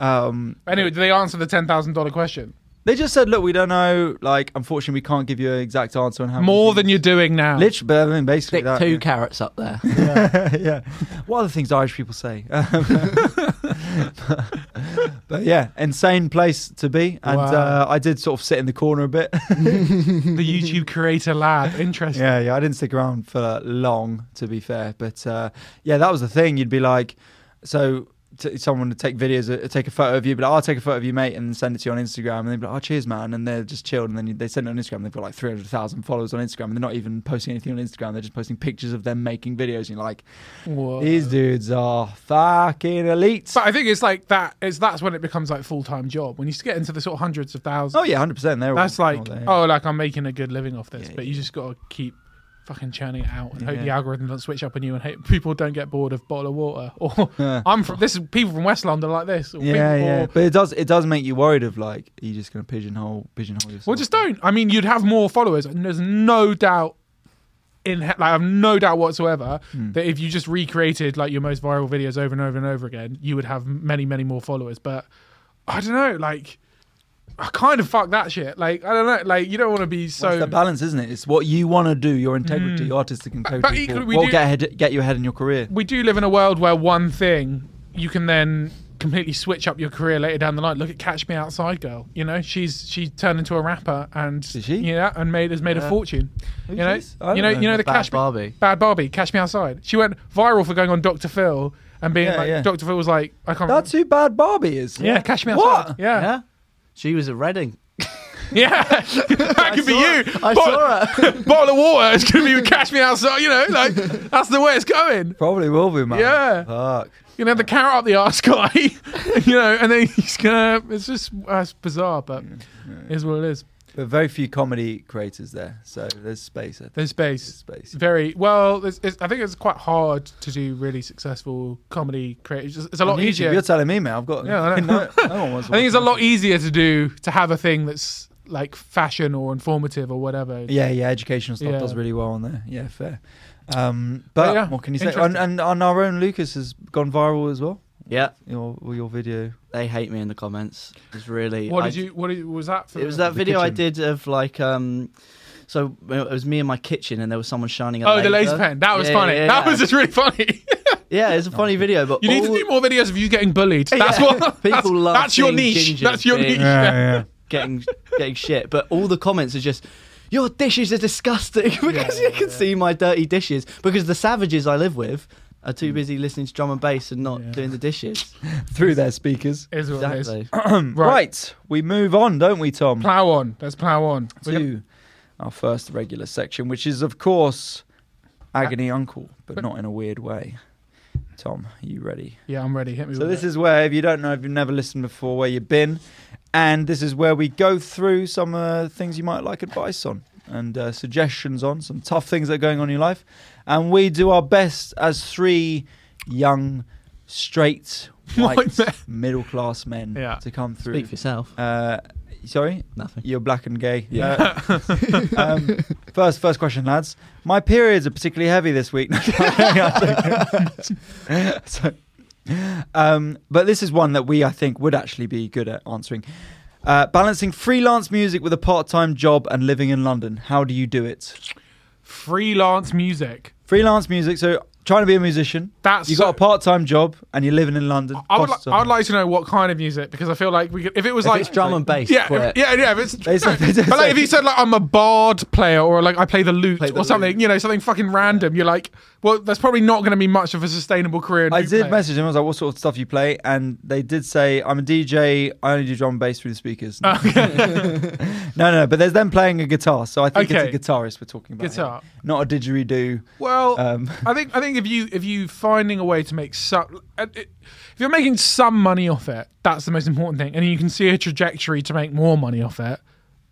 Um,
anyway, did they answer the ten thousand dollar question?
they just said, look, we don't know. Like, unfortunately, we can't give you an exact answer on how many
More
things-
than you're doing now.
Literally, but I mean, basically,
Stick
that,
two
yeah.
carrots up there.
yeah. What other things do Irish people say? but yeah, insane place to be. And
Wow.
uh, I did sort of sit in the corner a bit.
the YouTube creator lab. Interesting.
yeah, yeah. I didn't stick around for long, to be fair. But uh, yeah, that was the thing. You'd be like, so t- someone would take videos, uh, take a photo of you, but I'll take a photo of you, mate, and send it to you on Instagram. And they'd be like, oh, cheers, man. And they're just chilled. And then you, they send it on Instagram. They've got like 300,000 followers on Instagram. And they're not even posting anything on Instagram. They're just posting pictures of them making videos. And you're like,
Whoa.
These dudes are fucking elite.
But I think it's like that. It's that's when it becomes like full time job. When you get into the sort of hundreds of thousands,
oh yeah, hundred percent. They're
that's
all,
like
all there.
oh, like I'm making a good living off this.
Yeah,
but you just gotta keep fucking churning it out and hope the
Yeah.
algorithm doesn't switch up on you and hope people don't get bored of bottle of water. Or
Yeah.
I'm from this is people from West London like this. Or
yeah,
people,
yeah.
Or,
But it does it does make you worried of like are you just gonna pigeonhole pigeonhole yourself?
well, just don't. I mean, you'd have more followers, and there's no doubt. In he- like, I have no doubt whatsoever
Hmm.
that if you just recreated like your most viral videos over and over and over again, you would have many, many more followers. But I don't know, like, I kind of fuck that shit. Like, I don't know, like, you don't want to be
so it's
so Mm.
the balance, isn't it? It's what you want to do, your integrity, your artistic integrity.
but
for-
equally we
what
do-
get ahead, get you ahead in your career.
we do live in a world where one thing you can then completely switch up your career later down the line. Look at Catch Me Outside Girl. You know, she's she turned into a rapper and
Did she?
yeah, and made has made a fortune. you know,
she's? I don't
you know,
know.
you know the
Bad
Catch Me-
Barbie.
Bad Barbie, Catch Me Outside. She went viral for going on Dr. Phil and being
Yeah,
like
yeah.
Dr. Phil was like, I can't
That's who Bad Barbie is.
remember. Yeah, Catch Me
What?
Outside. Yeah.
Yeah. She was at Reading.
Yeah. that could be you.
I
Bottle-
saw her.
Bottle of water is gonna be Catch Me Outside, you know, like that's the way it's going.
Probably will be, man.
Yeah.
Fuck.
you know, the carrot up the arse guy, you know, and then he's gonna. It's just uh, it's bizarre, but it is what it is.
But very few comedy creators there, so there's space. I think.
There's
There's
space.
space.
Very well. It's, it's, I think it's quite hard to do really successful comedy creators. It's, it's a lot
On YouTube,
easier.
You're telling me, man. I've got.
Yeah, I know.
no, no one wants.
I think it's a lot easier to do to have a thing that's like fashion or informative or whatever.
Yeah, yeah, educational stuff
Yeah.
does really well on there. Yeah, fair. Um,
But
but
yeah,
what can you say? And,
interesting.
and and our own Lucas has gone viral as well.
Yeah.
Your your video.
They hate me in the comments. It's really.
What
I-
did you? What did, was that? For
It was that
The
video I
kitchen.
did of like um. So it was me in my kitchen, and there was someone shining a
Oh, the laser pen. That was
Yeah,
funny.
yeah,
that
yeah.
was just really funny.
Yeah, it's a funny video, but
you need
all
to do more videos of you getting bullied. That's
Yeah.
what.
People
that's,
love
that's your
seeing
niche.
gingers
That's your
being-
niche.
yeah.
getting getting shit. But all the comments are just. Your dishes are disgusting because you can see my dirty dishes. Because the savages I live with are too busy listening to drum and bass and not
Yeah.
doing the dishes.
Through their speakers.
It Is what it is.
Exactly.
right. we move on, don't we, Tom?
Plow on. Let's plow on.
to
We're gonna-
our first regular section, which is of course agony uncle, but not in a weird way. Tom, you ready?
yeah, I'm ready. Hit me.
So
with
this
it.
is where, if you don't know, if you've never listened before, where you've been, and this is where we go through some uh, things you might like advice on and uh, suggestions on some tough things that are going on in your life, and we do our best as three young, straight,
White
white,
men.
middle class men
Yeah.
to come through.
Speak for yourself.
uh, sorry,
Nothing.
you're black and gay. Yeah. um, first, first question, lads. My periods are particularly heavy this week. so, Um, but this is one that we, I think, would actually be good at answering. Uh, balancing freelance music with a part-time job and living in London. How do you do it?
Freelance music.
Freelance music. So trying to be a musician.
That's
You got
so-
a part-time job and you're living in London.
I would, li-
Costs
I would
are-
like to know what kind of music because I feel like we could, if it was like
it's drum and bass.
yeah,
quit.
if- yeah, yeah. If it's,
It's- it's-
but like if you said like I'm a bard player or like I play the lute
Play the
or something,
lute.
you know, something fucking random. You're like, well, that's probably not going to be much of a sustainable career. in
I
lute
did
playing.
message them. I was like, "What sort of stuff you play?" And they did say, "I'm a DJ. I only do drum and bass through the speakers."
Ah.
no, no, no. But there's them playing a guitar, so I think
Okay.
it's a guitarist we're talking about. here.
Guitar.
not a didgeridoo.
Well,
Um,
I think I think if you if you finding a way to make some if you're making some money off it, that's the most important thing, and you can see a trajectory to make more money off it,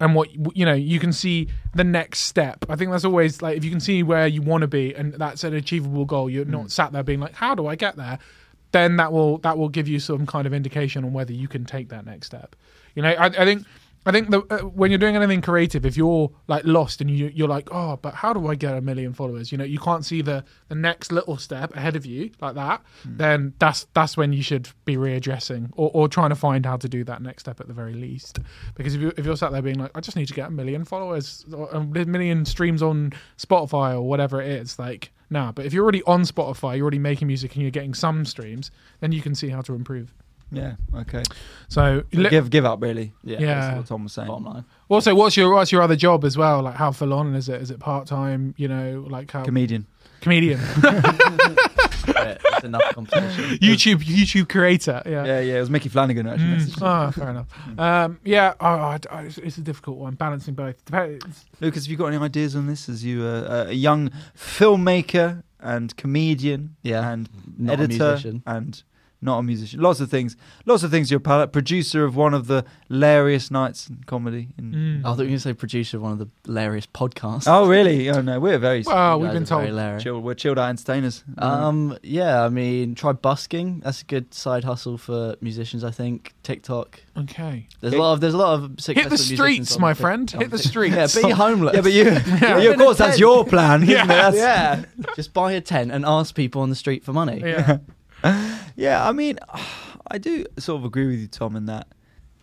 and what you know you can see the next step. I think that's always like if you can see where you want to be, and that's an achievable goal. You're not sat there being like, how do I get there? Then that will that will give you some kind of indication on whether you can take that next step. You know, I, I think. I think the, uh, when you're doing anything creative, if you're like lost and you, you're like, oh, but how do I get a million followers? You know, you can't see the the next little step ahead of you like that. Then that's that's when you should be readdressing or, or trying to find how to do that next step at the very least. Because if you if you're sat there being like, I just need to get a million followers or um, a million streams on Spotify or whatever it is, like nah. But if you're already on Spotify, you're already making music and you're getting some streams, then you can see how to improve.
Yeah. Okay.
So li-
give give up really.
yeah.
That's
yeah.
what Tom was saying.
Bottom line.
Also, what's your what's your other job as well? Like, how full on is it? Is it part time? You know, like how
Comedian.
comedian,
Yeah, it's enough competition.
YouTube YouTube creator. Yeah.
Yeah, yeah. It was Mickey Flanagan who actually. messaged Hmm. me.
Ah, fair enough. Um, yeah, oh, I- I- it's, it's a difficult one balancing both. Depends.
Lucas, have you got any ideas on this? As you uh, a young filmmaker and comedian,
Yeah.
and
Not a
editor,
musician.
and not a musician. Lots of things. Lots of things. You're a pal- producer of one of the hilarious nights in comedy. In-
Mm.
I thought you were going to say producer of one of the hilarious podcasts.
Oh, really? Oh no, we're very
Well,
You
we've
guys
been
are very
told.
hilarious.
chilled. We're chilled out entertainers. Mm.
Um, yeah, I mean, try busking. That's a good side hustle for musicians, I think. TikTok.
Okay.
There's a
Hit-
lot of there's a lot of
Hit
successful
the
musicians
streets,
on
my
Tik-
friend. Hit the
on Tik-
streets.
Yeah, be homeless.
yeah, but you, yeah,
Live
of course, that's your plan. Isn't
Yeah.
it? That's,
yeah, just buy a tent and ask people on the street for money.
Yeah.
Yeah, I mean, I do sort of agree with you, Tom, in that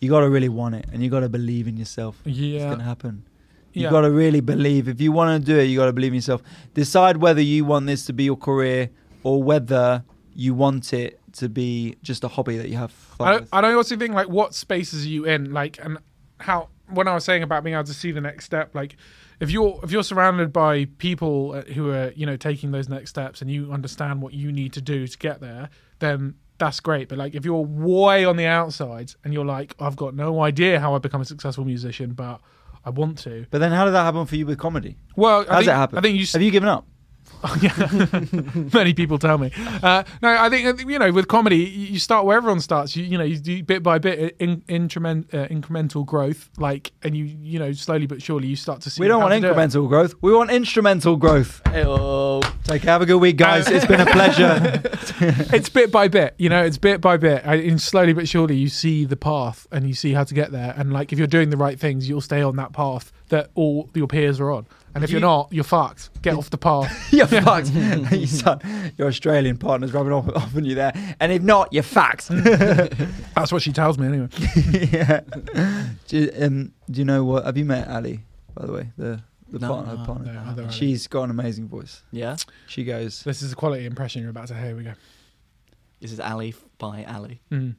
you got to really want it and you got to believe in yourself. It's
Yeah.
going to happen. You
Yeah.
got to really believe. If you want to do it, you got to believe in yourself. Decide whether you want this to be your career or whether you want it to be just a hobby that you have
I
fun
don't,
with.
I don't also think like what spaces are you in like and how when I was saying about being able to see the next step like if you're if you're surrounded by people uh, who are you know taking those next steps and you understand what you need to do to get there then that's great but like if you're way on the outside and you're like I've got no idea how I become a successful musician but I want to
But then, how did that happen for you with comedy?
well I
How's
think,
it happen?
I think you s-
have you given up?
yeah. Many people tell me. Uh, no, I think I think, you know with comedy, you you start where everyone starts. You, you know, you do bit by bit in, increment, uh, incremental growth, like, and you you know slowly but surely you start to see.
We don't
how
want
to do it.
incremental growth. We want instrumental growth.
Oh,
Take have a good week, guys.
Uh,
It's been a pleasure.
It's bit by bit. You know, it's bit by bit. I, and slowly but surely, you see the path and you see how to get there. And like, if you're doing the right things, you'll stay on that path that all your peers are on. And if you, are
You-
not, you're fucked. Get off the path.
you're fucked. you son, your Australian partner's rubbing off, off on you there. And if not, you're fucked.
That's what she tells me anyway.
yeah. Do, you- um, do you know what? Have you met Ali, by the way? The, the
No,
partner.
no,
partner.
No, other-
She's got an amazing voice.
yeah.
She goes,
This is a quality impression you're about to hear. Here we go.
This is Ali by Ali.
Mm.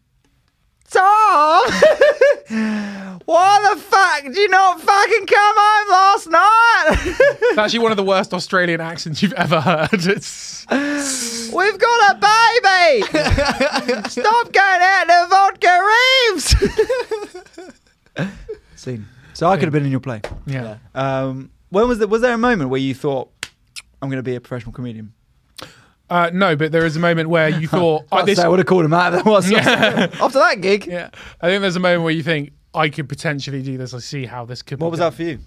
Tom! why the fuck did you not fucking come home last night?
It's actually one of the worst Australian accents you've ever heard. It's
We've got a baby! Stop going out to Vodka Reeves! Scene. So I could have been in your play.
yeah.
Yeah.
Um, when was there, was there a moment where you thought, I'm going to be a professional comedian?
Uh, no, but there is a moment where you thought oh,
I'd
this.
say I would have called him out. That was after that gig.
Yeah, I think there's a moment where you think I could potentially do this. I see how this could.
What
be
was
done."
that for you?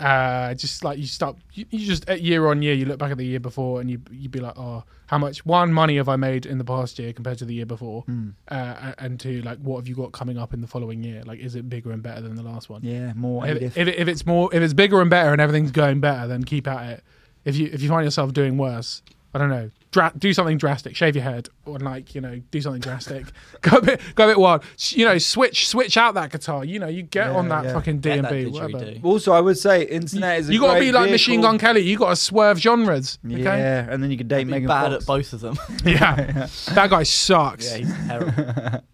Uh, just like you start, you, you just uh, year on year, you look back at the year before, and you you'd be like, oh, how much one money have I made in the past year compared to the year before,
Hmm.
uh, and two, like what have you got coming up in the following year? Like, is it bigger and better than the last one?
Yeah, more
if, if, if it's more if it's bigger and better and everything's going better then keep at it if you if you find yourself doing worse i don't know dra- do something drastic, shave your head, or like you know, do something drastic, go a bit, go a bit wild. S- You know, switch switch out that guitar. You know, you get on that
yeah.
fucking D
Get
and
that
B,
didgeridoo.
whatever.
Also, I would say internet is a
You got to
great
be like Machine
vehicle.
Gun Kelly. You got to swerve genres. Okay?
Yeah, and then you could date
Be
Megan
bad
Fox.
at both of them.
yeah. That guy sucks.
yeah, he's terrible.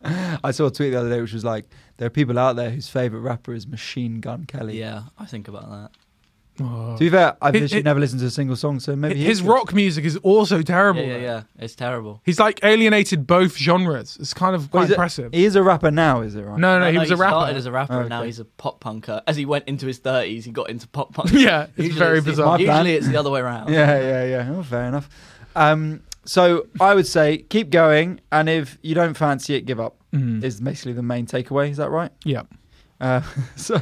I saw a tweet the other day which was like, there are people out there whose favorite rapper is Machine Gun Kelly.
yeah, I think about that.
Oh.
To be fair, I've
Hi-
literally
hi-
never listened to a single song, so maybe he
His
could.
rock music is also terrible.
Yeah, yeah,
though.
yeah. It's terrible.
He's like alienated both genres. It's kind of
Well,
quite
he's a-
impressive.
He is a rapper now, is it right?
no, no, he
No,
was a rapper.
Started as a rapper,
Oh,
and now
okay.
he's a pop punker. As he went into his thirties, he got into pop punk.
yeah, it's
Usually
very
the-
bizarre.
My plan.
Usually it's the other way around.
Yeah, yeah, yeah. Oh, fair enough. Um, so I would say keep going, and if you don't fancy it, give up.
Mm.
Is basically the main takeaway. Is that right?
Yeah.
Uh, so,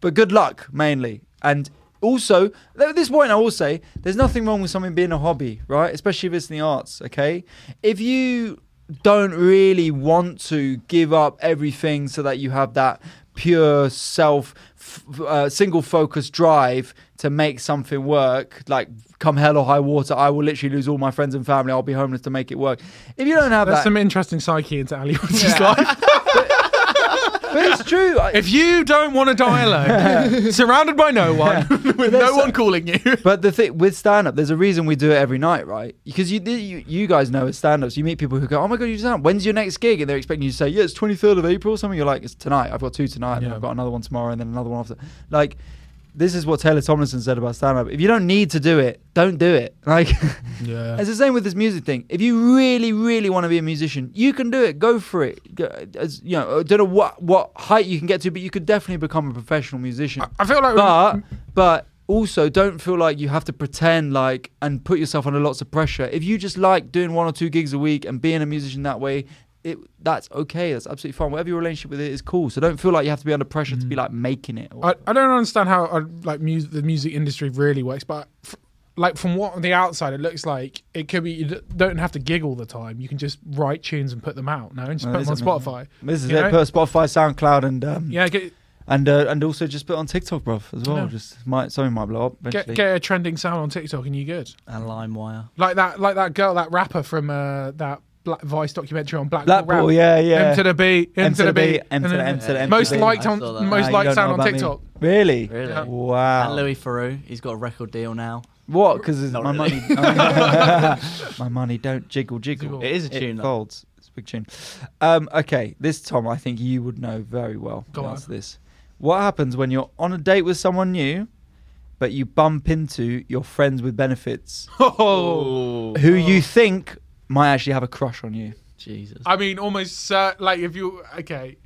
but good luck mainly, and also at this point, I will say there's nothing wrong with something being a hobby, right? Especially if it's in the arts. Okay, if you don't really want to give up everything so that you have that pure self f- uh, single focus drive to make something work like come hell or high water i will literally lose all my friends and family i'll be homeless to make it work if you don't have
There's
that
some interesting psyche into Ali Woods' life.
but it's true I-
If you don't want to die alone, surrounded by no one, with no one calling you.
But the thing with stand up, there's a reason we do it every night, right? Because you, you you guys know as stand ups, you meet people who go, "Oh my god, you stand up. When's your next gig?" And they're expecting you to say, "Yeah, it's 23rd of April." or Something you're like, "It's tonight. I've got two tonight. And
Yeah.
I've got another one tomorrow, and then another one after." Like, this is what Taylor Tomlinson said about stand up. If you don't need to do it, don't do it. Like,
Yeah.
it's the same with this music thing. If you really, really want to be a musician, you can do it. Go for it. Go- As, you know, I don't know what what height you can get to, but you could definitely become a professional musician
I feel like
but but also don't feel like you have to pretend like and put yourself under lots of pressure if you just like doing one or two gigs a week and being a musician that way it that's okay that's absolutely fine whatever your relationship with it is cool so don't feel like you have to be under pressure to be like making it or,
Mm. I, I don't understand how uh, like mu- the music industry really works, but f- like from what on the outside it looks like it could be you d- don't have to gig all the time. You can just write tunes and put them out now and just
Well,
put them on
that's amazing.
Spotify.
this is
you
it
know?
put spotify soundcloud and um,
Yeah, get
and uh, and also just put it on tiktok bruv as well
Yeah.
just might something might blow up
get,
eventually
get a trending sound on TikTok and you're good.
And LimeWire.
Like that, like that girl, that rapper from uh, that Black Vice documentary on Black
blackpool
Rap.
yeah yeah
M to the B, M, to the B,
M to the M to the M to
Most
the B.
liked
I
on,
saw that.
Ah,
most
you
liked
don't know
sound on
about me.
TikTok.
really
Really?
Yeah.
wow
And Louis Farou, he's got a record deal now.
What? Because my
Not
money,
really.
my money don't jiggle jiggle.
Jiggle.
It is a tune,
It
though.
folds. It's a big tune. Um, okay, this Tom, I think you would know very well.
Go
the
on.
answer to This. What happens when you're on a date with someone new, but you bump into your friends with benefits
Oh,
who you think might actually have a crush on you?
Jesus.
I mean, almost uh, like if you okay.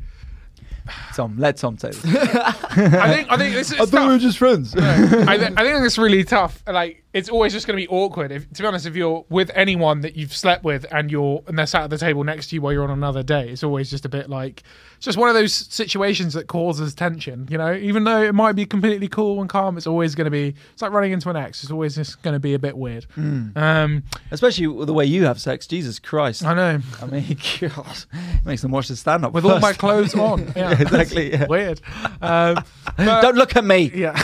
Tom, let Tom take this.
I think I think this is tough.
just friends.
I, th- I think it's really tough. Like, it's always just going to be awkward. If, to be honest, if you're with anyone that you've slept with and you're and they're sat at the table next to you while you're on another day, it's always just a bit like it's just one of those situations that causes tension. You know, even though it might be completely cool and calm, it's always going to be. It's like running into an ex. It's always just going to be a bit weird.
Hmm.
Um,
Especially with the way you have sex. Jesus Christ.
I know.
I mean, God, it makes them watch the stand up
With all my clothes on, yeah,
exactly, yeah.
weird. Um, but-
Don't look at me.
yeah.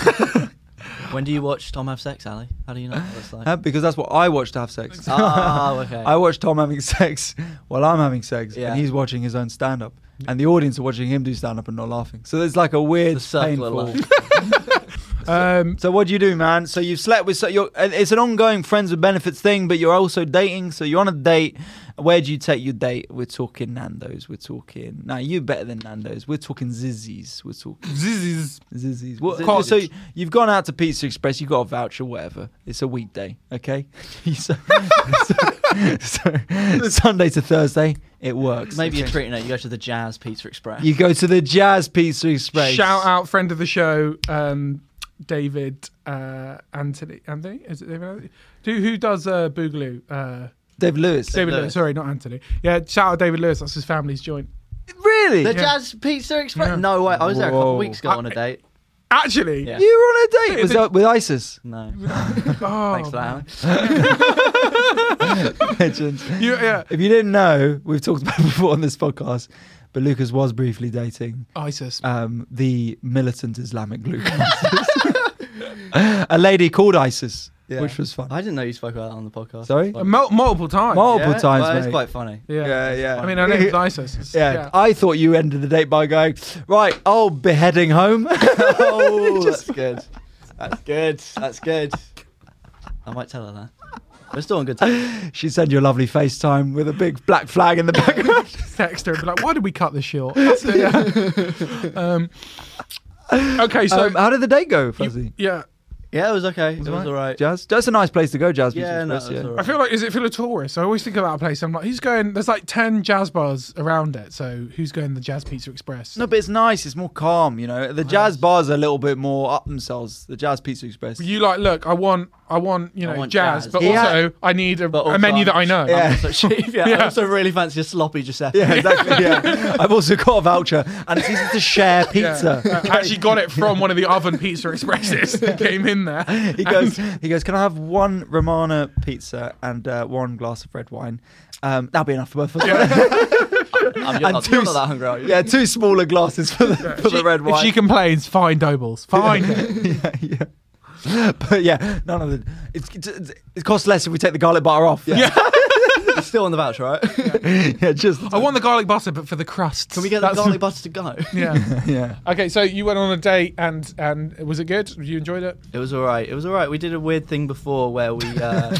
when do you watch Tom Have Sex, Ali? How do you know what it's like?
Uh, because that's what I watch to have sex. Ah.
oh, okay.
I watch Tom having sex while I'm having sex,
Yeah.
and he's watching his own stand up, and the audience are watching him do stand up and not laughing. So there's like a weird,
The circle of
painful.
life.
Um,
so what do you do, man? So you've slept with so you're. and It's an ongoing friends with benefits thing, but you're also dating. So you're on a date. Where do you take your date? We're talking Nando's. We're talking. Now you better than Nando's. We're talking Zizzies. We're talking
Zizzies.
Zizzies. What,
Cottage.
so you've gone out to Pizza Express. You've got a voucher, whatever. It's a weekday, okay? so, so- so Sunday to Thursday, it works.
Maybe you're
okay?
treating it. You go to the Jazz Pizza Express.
You go to the Jazz Pizza Express.
Shout out friend of the show, um, David uh, Anthony. Anthony is it David? Anthony? Do who does uh, Boogaloo? Uh,
David Lewis.
David Lewis.
Lewis.
Sorry, not Anthony. Yeah, shout out David Lewis. That's his family's joint.
Really?
the
Yeah.
Jazz Pizza Express?
Yeah.
No way. I was there a couple
Whoa.
of weeks ago on a date.
Actually,
Yeah.
you were on a date
Is
was
it-
that with ISIS.
No.
oh,
Thanks for that, Ali.
Legend.
You, yeah,
If you didn't know, we've talked about it before on this podcast, but Lucas was briefly dating
ISIS.
um, the militant Islamic Lucas. a lady called Isis,
Yeah.
which was fun.
I didn't know you spoke about that on the podcast.
Sorry?
Fuck.
Uh, Mul- multiple times.
Mul- Multiple
Yeah?
times,
Well, It's
mate.
quite funny.
yeah.
Yeah, yeah.
I mean, I know it's ISIS. It's-
Yeah. I thought you ended the date by going, right, oh, beheading home.
Oh, that's good. That's good. That's good. I might tell her that. We're still on good time.
she sent you a lovely FaceTime with a big black flag in the background.
text her and be like, "Why did we cut this short?" That's it, yeah. um, okay, so
um, how did the date go,
you-
Fuzzy?
yeah,
Yeah, it was okay. It was all right.
Jazz? That's a nice place to go, Jazz.
Yeah, no,
Beaches,
it was all
I
right.
feel like is it full of tourists? I always think about a place. I'm like, who's going? There's like ten jazz bars around it, so who's going to the Jazz Pizza Express?
No, but it's nice. It's more calm, you know. The jazz bars are a little bit more up themselves. The Jazz Pizza Express.
You like, look, I want, I want, you
I
know,
want
jazz,
jazz.
but
Yeah.
also I need a,
But
a
also
menu that I
I'm-
know.
I'm
Yeah.
also cheap, yeah.
Yeah.
I also really fancy a sloppy Giuseppe.
yeah, exactly. Yeah. I've also got a voucher, and it's easy to share pizza.
Yeah. I actually got it from one of the oven pizza expresses that came in there.
He goes, he goes. Can I have one Romana pizza and uh, one glass of red wine? Um, that'll be enough for both of us.
I'm, you're,
And
not,
two
you're not
s-
that hungry, are you?
Yeah, two smaller glasses for the, for the red
if
wine.
she complains, fine Dobles, fine.
yeah, yeah. But yeah, none of the. It's, it's, it costs less if we take the garlic butter off. Yeah,
It's still on the voucher, right? Can
yeah, just.
I want the garlic butter, but for the crust. Can
we get the garlic butter to go?
Yeah.
Yeah.
Okay, so you went on a date and and was it good? You enjoyed it?
It was all right. It was all right. We did a weird thing before where we uh,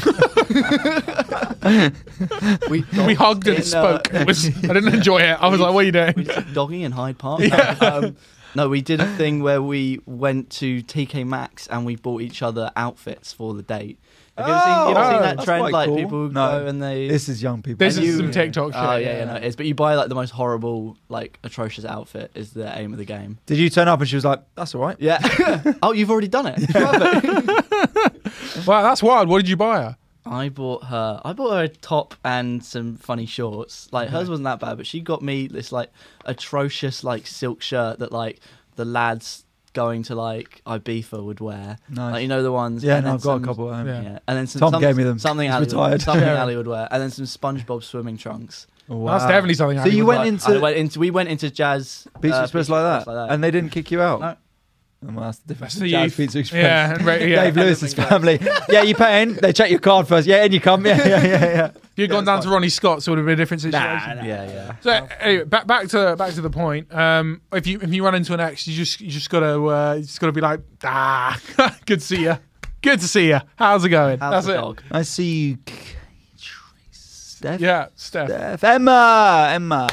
we
we hugged and
in,
spoke.
Uh,
It was, I didn't enjoy it. I was like, what are you
we
doing?
did dogging in Hyde Park.
Yeah.
Um, no, we did a thing where we went to TK Maxx and we bought each other outfits for the date. Have you ever seen, you ever
Oh,
seen that
that's
trend?
quite
Like
cool.
people
No.
go and they
This is young people.
This
And
is
you-
some TikTok shit.
Oh yeah, yeah, no, it is. But you buy like the most horrible, like atrocious outfit is the aim of the game.
Did you turn up and she was like, "That's all right."
Yeah. oh, you've already done it.
Wow, that's wild. What did you buy her?
I bought her. I bought her a top and some funny shorts. Like hers wasn't that bad, but she got me this like atrocious like silk shirt that like the lads going to like Ibiza would wear.
Nice.
Like, you know the ones.
Yeah,
and
no,
then
I've got
some-
a couple. Um,
Yeah.
Yeah. and then some,
Tom
some-
gave me them.
Something
He's
Ali
retired.
Would, something
Yeah.
Ali would wear, and then some SpongeBob swimming trunks.
Oh, wow.
That's definitely something.
So
I
you
would like.
went into
I went into. We went into jazz
Pizza
uh,
Express
Pizza
like,
Express
that, and they didn't kick you out. Oh,
No.
Well, that's the difference.
That's the
Jazz
youth.
Pizza Express.
Yeah, and right, yeah.
Dave Lewis's family. yeah, you pay in. They check your card first. Yeah, and you come. Yeah, yeah, yeah, yeah.
If you'd gone down to Ronnie Scott's, it would have been a different situation.
yeah, yeah.
So anyway, back back to back to the point. Um, if you if you run into an ex, you just you just gotta uh, you just gotta be like, ah, good to see you, good to see you. How's it going?
How's
That's
the
it.
dog?
I see you, Steph.
Yeah, Steph.
Steph. Emma. Emma.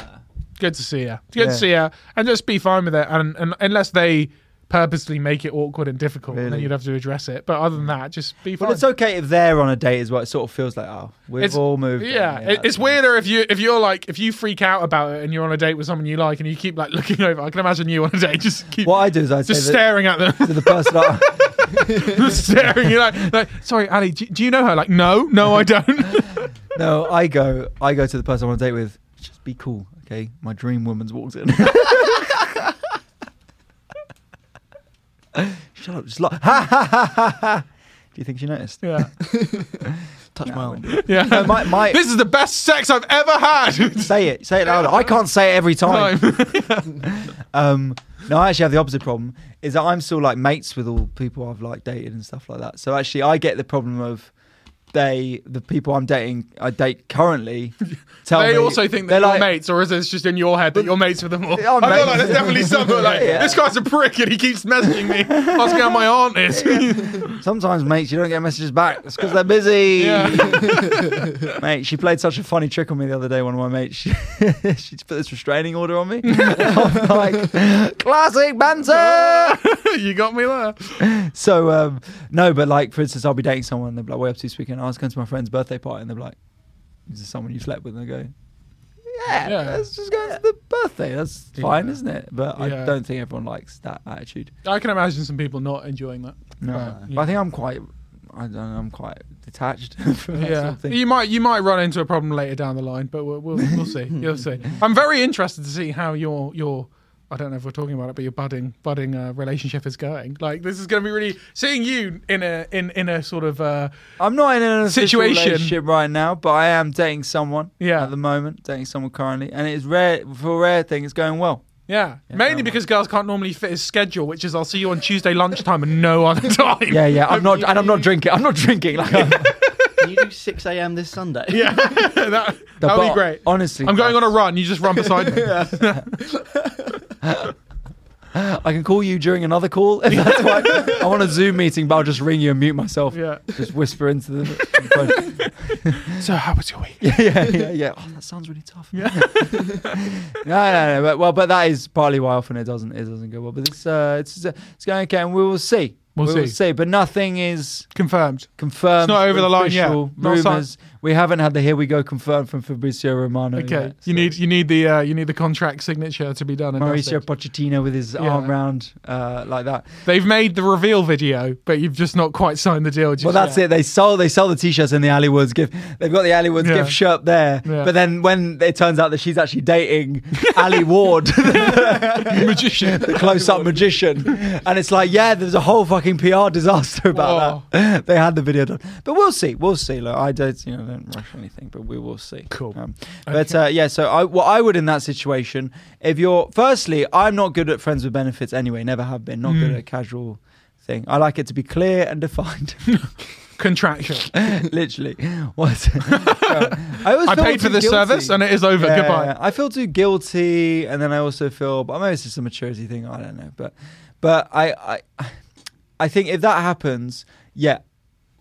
Good to see you. Good
Yeah.
to see you. And just be fine with it. And, and unless they purposely make it awkward and difficult, then
Really?
you'd have to address it. But other than that, just be fine.
But it's okay if they're on a date as well. It sort of feels like, oh, we've
It's-
all moved. on.
Yeah, it,
that's
it's
fine.
weirder if you if you're like if you freak out about it and you're on a date with someone you like and you keep like looking over. I can imagine you on a date just keep
What I do is I
just
say that
staring at them,
to the person. I-
just staring. You like, like, sorry, Ali, do, do you know her? Like, no, no, I don't.
No, I go. I go to the person I'm on a date with. Just be cool, okay? My dream woman's walked in. Shut up! Just like ha ha ha ha ha. Do you think she noticed?
yeah,
Touch my arm.
yeah.
No, my my.
this is the best sex I've ever had.
say it. Say it louder. I can't say it every time.
Time.
Um, no, I actually have the opposite problem. Is that I'm still like mates with all people I've like dated and stuff like that. So actually, I get the problem of. They, the people I'm dating, I date currently, tell
they
me
also think that
they're
you're
like,
mates, or is it just in your head that you're mates with them all? I
Yeah,
feel
I'm mates.
like there's definitely some that are like,
Yeah, yeah.
this guy's a prick and he keeps messaging me, asking how my aunt is.
Sometimes, mates, you don't get messages back. It's because they're busy.
Yeah.
Mate, she played such a funny trick on me the other day. One of my mates, she, she put this restraining order on me. I'm like, classic banter.
you got me there.
so, um, no, but like, for instance, I'll be dating someone. They're like, way up to this weekend. I was going to my friend's birthday party, and they're like, is this someone you slept with? And I go, yeah,
Yeah.
let's just go to the birthday. That's fine, isn't it? But
Yeah.
I don't think everyone likes that attitude.
I can imagine some people not enjoying that. Uh,
No,
Right.
but I think I'm quite. I don't know, I'm quite detached from that sort
yeah,
of thing.
you might you might run into a problem later down the line, but we'll we'll, we'll see. You'll see. I'm very interested to see how your your I don't know if we're talking about it, but your budding budding uh, relationship is going. Like this is going to be really seeing you in a in in a sort of uh,
I'm not in an situation
Situation.
relationship right now, but I am dating someone
Yeah.
at the moment, dating someone currently, and it's rare for a rare thing. It's going well.
Yeah, mainly because girls can't normally fit his schedule, which is I'll see you on Tuesday lunchtime and no other time.
Yeah, yeah. I'm not, and I'm not drinking. I'm not drinking. Like, I'm-
Can you do 6 a.m. this Sunday?
yeah. that that would
but
be great.
Honestly,
I'm going on a run. You just run beside me.
I can call you during another call. If that's why I want a Zoom meeting, but I'll just ring you and mute myself.
Yeah.
Just whisper into the. the phone.
So how was your week?
yeah, yeah, yeah, yeah. Oh, that sounds really tough. Yeah. no, no, no. But, well, but that is partly why often it doesn't it doesn't go well. But it's uh, it's it's going okay, and we will see.
We'll
we will
see.
see. But nothing is
Confirmed.
confirmed.
It's not over the line yet.
official
Not signed.
Rumors. We haven't had the here we go confirmed from Fabrizio Romano.
Okay.
yet,
You
so-
need you need the uh, you need the contract signature to be done. And that's
Mauricio
it.
Pochettino with his
Yeah.
arm round uh, like that.
They've made the reveal video, but you've just not quite signed the deal. Just
Well, that's
yet.
it. They sell they sell the t-shirts in the Alleywards gift. They've got the Alleywards
Yeah.
gift shop there,
Yeah.
but then when it turns out that she's actually dating Ali Ward,
Magician.
the close-up magician, and it's like, yeah, there's a whole fucking PR disaster about
Whoa.
that. They had the video done, but we'll see. We'll see. Look, I don't, you know, don't rush anything, but we will see.
Cool.
Um, But uh, yeah, so I, what I would in that situation, if you're, firstly, I'm not good at friends with benefits anyway. Never have been. Not good
Mm.
at casual thing. I like it to be clear and defined.
Contractual.
Literally. What? I, always
I
feel
paid for
too
this
guilty.
service and it is over.
Yeah,
Goodbye.
yeah. I feel too guilty, and then I also feel, but maybe it's just a maturity thing. I don't know, but but I I, I think if that happens, yeah.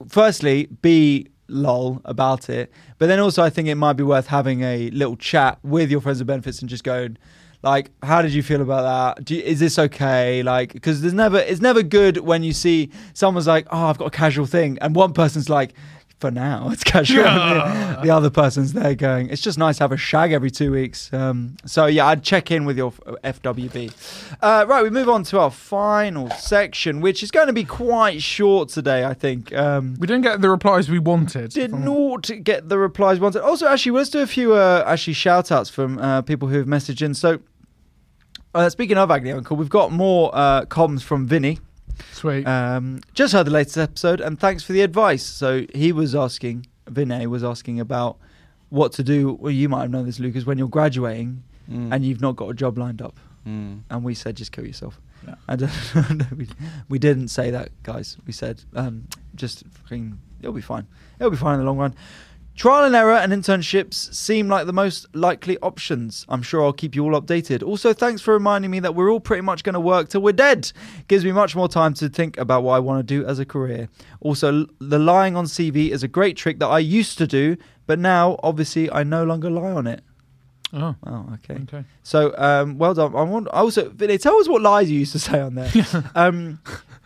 Firstly, be lol about it, but then also I think it might be worth having a little chat with your friends of benefits and just going. Like, how did you feel about that? Do you, is this okay? Like, because there's never it's never good when you see someone's like, oh, I've got a casual thing, and one person's like, for now, it's casual.
Yeah.
the other person's there going, it's just nice to have a shag every two weeks. Um, so yeah, I'd check in with your f- FWB. Uh, right, we move on to our final section, which is going to be quite short today, I think. Um,
We didn't get the replies we wanted.
did not get the replies wanted. Also, actually, let's do a few uh, actually shout outs from uh, people who have messaged in. So, uh, speaking of Agni Uncle, we've got more uh, comms from Vinny.
Sweet.
Um, just heard the latest episode, and thanks for the advice. So he was asking, Vinay was asking about what to do. Well, you might have known this, Lucas, when you're graduating
Mm.
and you've not got a job lined up.
Mm.
And we said, just kill yourself.
Yeah.
And uh, no, we, we didn't say that, guys. We said, um, just fucking, it'll be fine. It'll be fine in the long run. Trial and error and internships seem like the most likely options. I'm sure I'll keep you all updated. Also, thanks for reminding me that we're all pretty much going to work till we're dead. Gives me much more time to think about what I want to do as a career. Also, l- the lying on CV is a great trick that I used to do, but now obviously I no longer lie on it.
oh,
Oh, okay.
okay.
So, um, well done. I want I also Vinny, tell us what lies you used to say on there. um,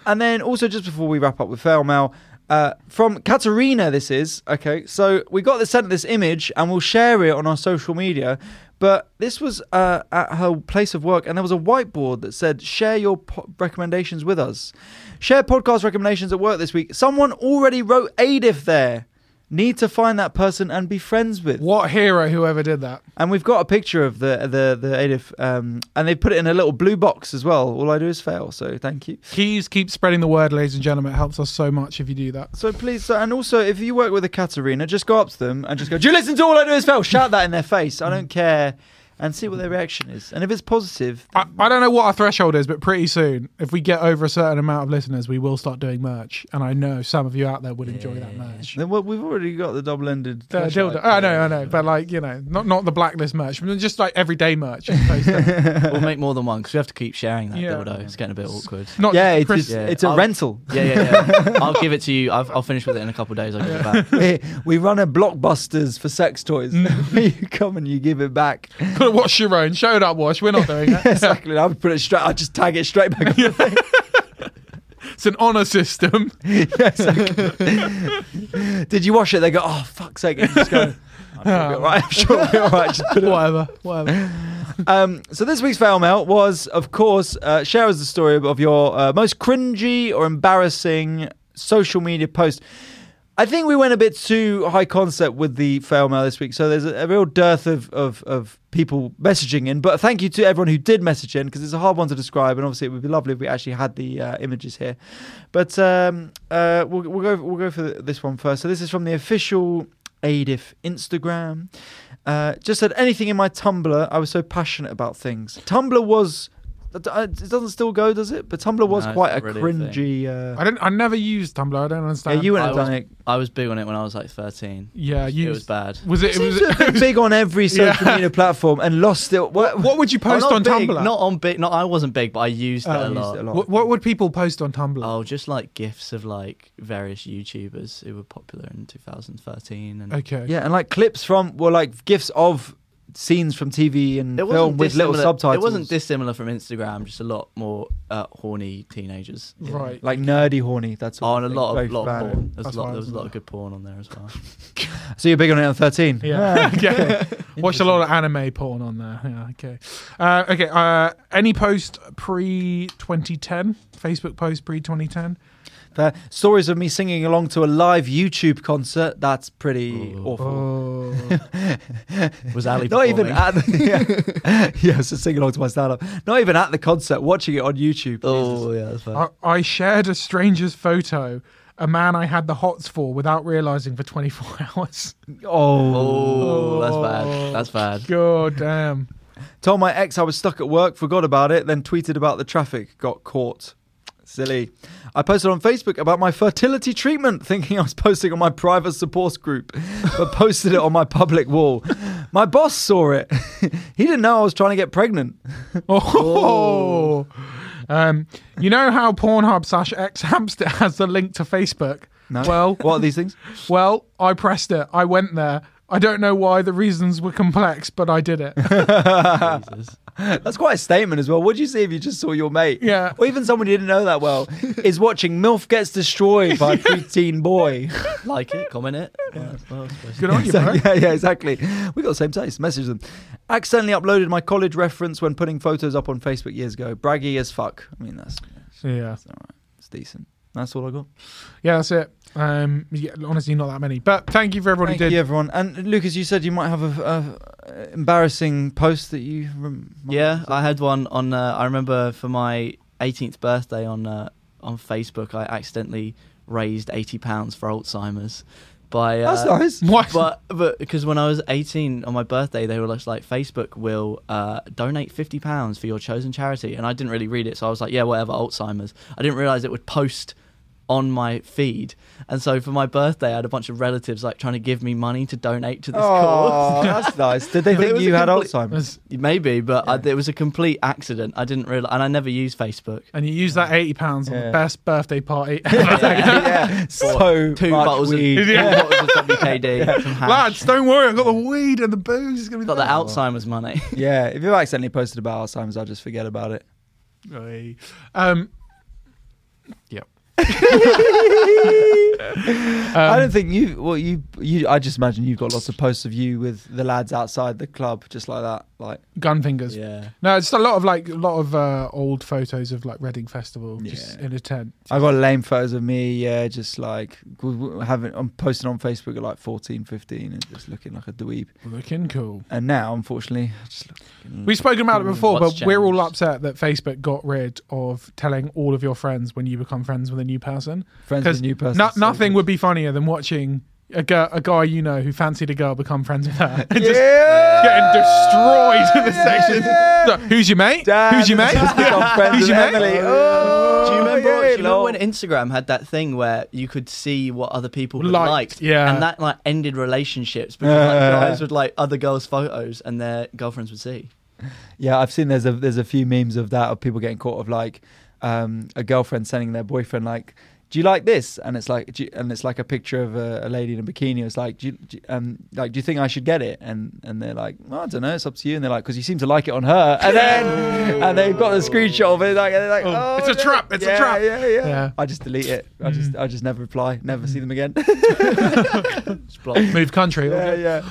and then also just before we wrap up with fail mail. Uh, from Katerina, this is okay. So we got this sent this image, and we'll share it on our social media. But this was uh, at her place of work, and there was a whiteboard that said, "Share your po- recommendations with us." Share podcast recommendations at work this week. Someone already wrote Adif there. Need to find that person and be friends with.
What hero, whoever did that?
And we've got a picture of the the the Adif, um, and they put it in a little blue box as well. All I do is fail, so thank you.
Please keep spreading the word, ladies and gentlemen. It helps us so much if you do that.
So please, so, and also if you work with a Katarina, just go up to them and just go, "Do you listen to all I do is fail?" Shout that in their face. I don't care, and see what their reaction is. And if it's positive,
I, I don't know what our threshold is, but pretty soon, if we get over a certain amount of listeners, we will start doing merch. And I know some of you out there would enjoy that merch.
then we- we've already got the double-ended.
The
flashlight.
dildo. Oh, I know, I know. But like, you know, not not the blacklist merch, but just like everyday merch. not
We'll make more than one because we have to keep sharing that
Yeah.
dildo. It's getting a bit awkward.
Yeah,
just
it's,
Chris.
it's, it's a
I'll-
rental.
Yeah, yeah, yeah. I'll give it to you. I've, I'll finish with it in a couple of days. I'll give it back.
we, we run a blockbusters for sex toys.
Mm.
you come and you give it back.
Gotta wash your own. Show it up, wash. We're not doing that.
exactly. I would put it straight. I just tag it straight back. on.
It's an honor system.
Yes, okay. Did you wash it? They go, oh, fuck's sake. And you just go, I'm sure it'll be all right. I'm sure it'll be all right. Just put it away.
whatever, whatever.
Um, so this week's fail mail was, of course, uh, share us the story of your uh, most cringy or embarrassing social media post. I think we went a bit too high concept with the fail mail this week, so there's a, a real dearth of, of of people messaging in. But thank you to everyone who did message in because it's a hard one to describe, and obviously it would be lovely if we actually had the uh, images here. But um, uh, we'll, we'll go we'll go for this one first. So this is from the official ADIF Instagram. Uh, Uh, just said anything in my Tumblr. I was so passionate about things. Tumblr was. It doesn't still go, does it? But Tumblr was
No, it's
quite a
not really a
cringy. Uh,
I don't. I never used Tumblr. I don't
yeah,
understand.
you wouldn't
I
have
was-
done it.
I was big on it when I was like 13.
Yeah, you.
It was bad.
Was it? it was,
Seems to have been big on every social
Yeah.
media platform and lost it. What,
what would you post
not
on
big,
Tumblr?
Not on big. Not I wasn't big, but I used it,
Oh,
a,
used
lot.
it a lot.
what, what would people post on Tumblr?
Oh, just like gifs of like various YouTubers who were popular in 2013, and
Okay.
Yeah, and like clips from were like gifs of scenes from TV and
it
film
wasn't
with little
dissimilar-
subtitles.
It wasn't dissimilar from Instagram, just a lot more uh, horny teenagers.
Right.
like nerdy horny. That's
Oh,
all.
and a
Like,
lot
very
of lot
bad.
of porn. There was
That's
a lot,
fine,
there was a
isn't
lot
it?
of good porn on there as well.
So you're big on it on 13.
Yeah. okay. Watched a lot of anime porn on there. Yeah. Okay. Uh, okay. Uh, any post pre 2010? Facebook post pre 2010?
There- stories of me singing along to a live YouTube concert. That's pretty
Ooh.
awful.
Oh.
Was Ali
Not even
performing?
at the, yeah, yeah, so sing along to my stand-up. Not even at the concert, watching it on YouTube.
Oh yeah, that's fine.
I, I shared a stranger's photo, a man I had the hots for without realizing for 24 hours.
Jesus. oh.
Oh, that's
Oh.
bad. That's bad.
God damn.
Told my ex I was stuck at work, forgot about it, then tweeted about the traffic, got caught. Silly. I posted on Facebook about my fertility treatment, thinking I was posting on my private support group, but posted it on my public wall. My boss saw it. he didn't know I was trying to get pregnant.
Oh. Um, you know how Pornhub slash X Hamster has the link to Facebook?
No.
Well,
what are these things?
well, I pressed it. I went there. I don't know why the reasons were complex, but I did it.
Jesus.
That's quite a statement as well. What'd you see if you just saw your mate?
Yeah.
Or even someone you didn't know that well is watching MILF Gets Destroyed by a preteen boy.
Like it, comment it. Well, that's what I was supposed to
Good on you, bro.
Exactly. Yeah, yeah, exactly. We got the same taste. Message them. Accidentally uploaded my college reference when putting photos up on Facebook years ago. Braggy as fuck. I mean, that's
Yeah,
it's decent. That's all I got.
yeah, that's it. Um, yeah, honestly, not that many. But thank you for everybody
Thank
who did.
you, everyone. And Lucas, you said you might have a, a embarrassing post that you. Rem-
Yeah, I had one on. Uh, I remember for my 18th birthday on uh, on Facebook, I accidentally raised 80 pounds for Alzheimer's by. Uh,
that's nice.
What?
But but because when I was 18 on my birthday, they were just like Facebook will uh, donate 50 pounds for your chosen charity, and I didn't really read it, so I was like, yeah, whatever, Alzheimer's. I didn't realize it would post on my feed, and so for my birthday, I had a bunch of relatives like trying to give me money to donate to this cause.
Oh, that's nice. Did they
But it
think
was
you
a
had
complete-
Alzheimer's?
That's-
Maybe, but I,
Yeah.
it was a complete accident. I didn't realize, and I never use Facebook.
and you used that eighty pounds on
Yeah.
the best birthday party. ever.
yeah, so
Two
much
bottles
weed.
of two
Yeah.
bottles of WKD, some hash.
Lads, don't worry. I've got the weed and the booze. It's gonna be
got the Alzheimer's money.
yeah, if you've accidentally posted about Alzheimer's, I'll just forget about it.
Oi. Um, yep.
I
Um,
don't think you. Well, you, you. I just imagine you've got lots of posts of you with the lads outside the club, just like that. Like,
gun fingers.
yeah.
No, it's just a lot of like a lot of uh, old photos of like Reading Festival just
Yeah.
in a tent.
I got lame photos of me. Yeah, just like w- w- having. I'm posting on Facebook at like 14, 15 and just looking like a dweeb.
Looking cool.
And now, unfortunately, I just look. fucking-
We've spoken about it before, but
What's
we're all
changed?
upset that Facebook got rid of telling all of your friends when you become friends with a new person.
friends with
Because
a new person.
no-
so
nothing
good.
would be funnier than watching a, girl, a guy you know who fancied a girl become friends with her. And just
yeah.
getting destroyed in the section.
Yeah.
So, who's your mate?
Dan
who's your
has
mate?
just become friends
Who's your
with
mate?
Emily.
Do
Oh,
you remember,
yeah,
do you remember
lol.
when Instagram had that thing where you could see what other people had
Liked,
liked?
yeah.
And that like ended relationships because like,
Yeah.
guys would like other girls' photos and their girlfriends would see.
Yeah, I've seen there's a there's a few memes of that of people getting caught of like um, a girlfriend sending their boyfriend like, "Do you like this?" and it's like, do you, and it's like a picture of a, a lady in a bikini. It's like, do you, do you- um, like, do you think I should get it? And and they're like, well, I don't know, it's up to you. And they're like, because you seem to like it on her. And then and they've got the screenshot of it. Like, and they're like,
Oh,
oh,
it's a
no."
trap, it's a
Yeah,
trap.
Yeah, yeah,
Yeah. Mm.
I just delete it. I just I just never reply. Never see them again.
It's blocked.
Move country. all
yeah,
good.
yeah.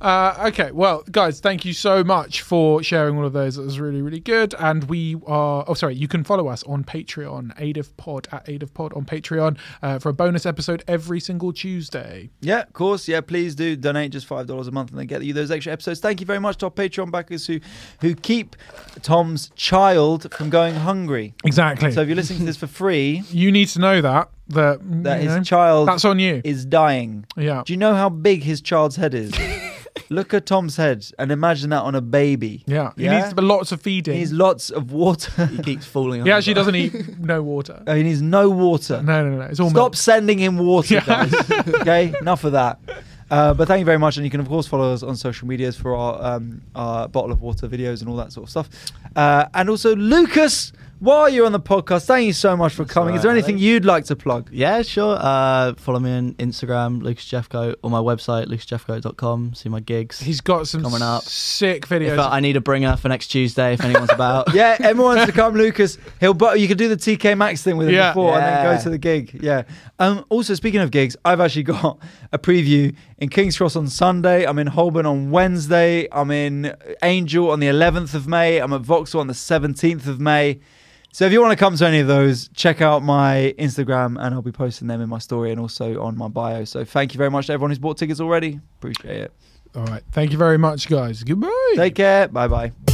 Uh, okay, well, guys, thank you so much for sharing all of those. That was really, really good. And we are, oh, sorry, you can follow us on Patreon, Aid of Pod, at Aid of Pod on Patreon uh, for a bonus episode every single Tuesday.
Yeah, of course. Yeah, please do donate just five dollars a month, and they get you those extra episodes. Thank you very much to our Patreon backers who, who keep Tom's child from going hungry.
Exactly.
So
So
if you're listening to this for free,
you need to know that, that,
that
you know,
his child
that's on you.
is dying.
yeah.
Do you know how big his child's head is? Look at Tom's head and imagine that on a baby.
Yeah. He
Yeah?
needs to- lots of
He
feeding.
needs lots of water.
He keeps falling.
he
over.
actually doesn't e- eat no water.
he needs no water.
No, no, no. It's all
Uh, Stop
milk.
sending him water,
Yeah.
guys. okay, enough of that. Uh, but thank you very much, and you can of course follow us on social medias for our um, our bottle of water videos and all that sort of stuff. Uh, and also, Lucas, while you're on the podcast, thank you so much for coming. Is
all
there
right.
anything you'd like to plug?
Yeah, sure. Uh, follow me on Instagram, Lucas Jeffco, or my website, lucasjeffco.com. See my gigs.
He's got some
Coming up.
sick
If
videos.
I, I need a bringer for next Tuesday, if anyone's about.
Yeah, everyone's to come, Lucas. He'll but you could do the TK Maxx thing with him
Yeah.
before, and then
Yeah.
go to the gig. Yeah. Um. Also, speaking of gigs, I've actually got a preview in Kings Cross on Sunday. I'm in Holborn on Wednesday. I'm in Angel on the 11th of May. I'm at Vauxhall on the 17th of May. So if you want to come to any of those, check out my Instagram, and I'll be posting them in my story and also on my bio. So thank you very much to everyone who's bought tickets already. Appreciate it.
all right. Thank you very much, guys. Goodbye.
Take care. Bye bye.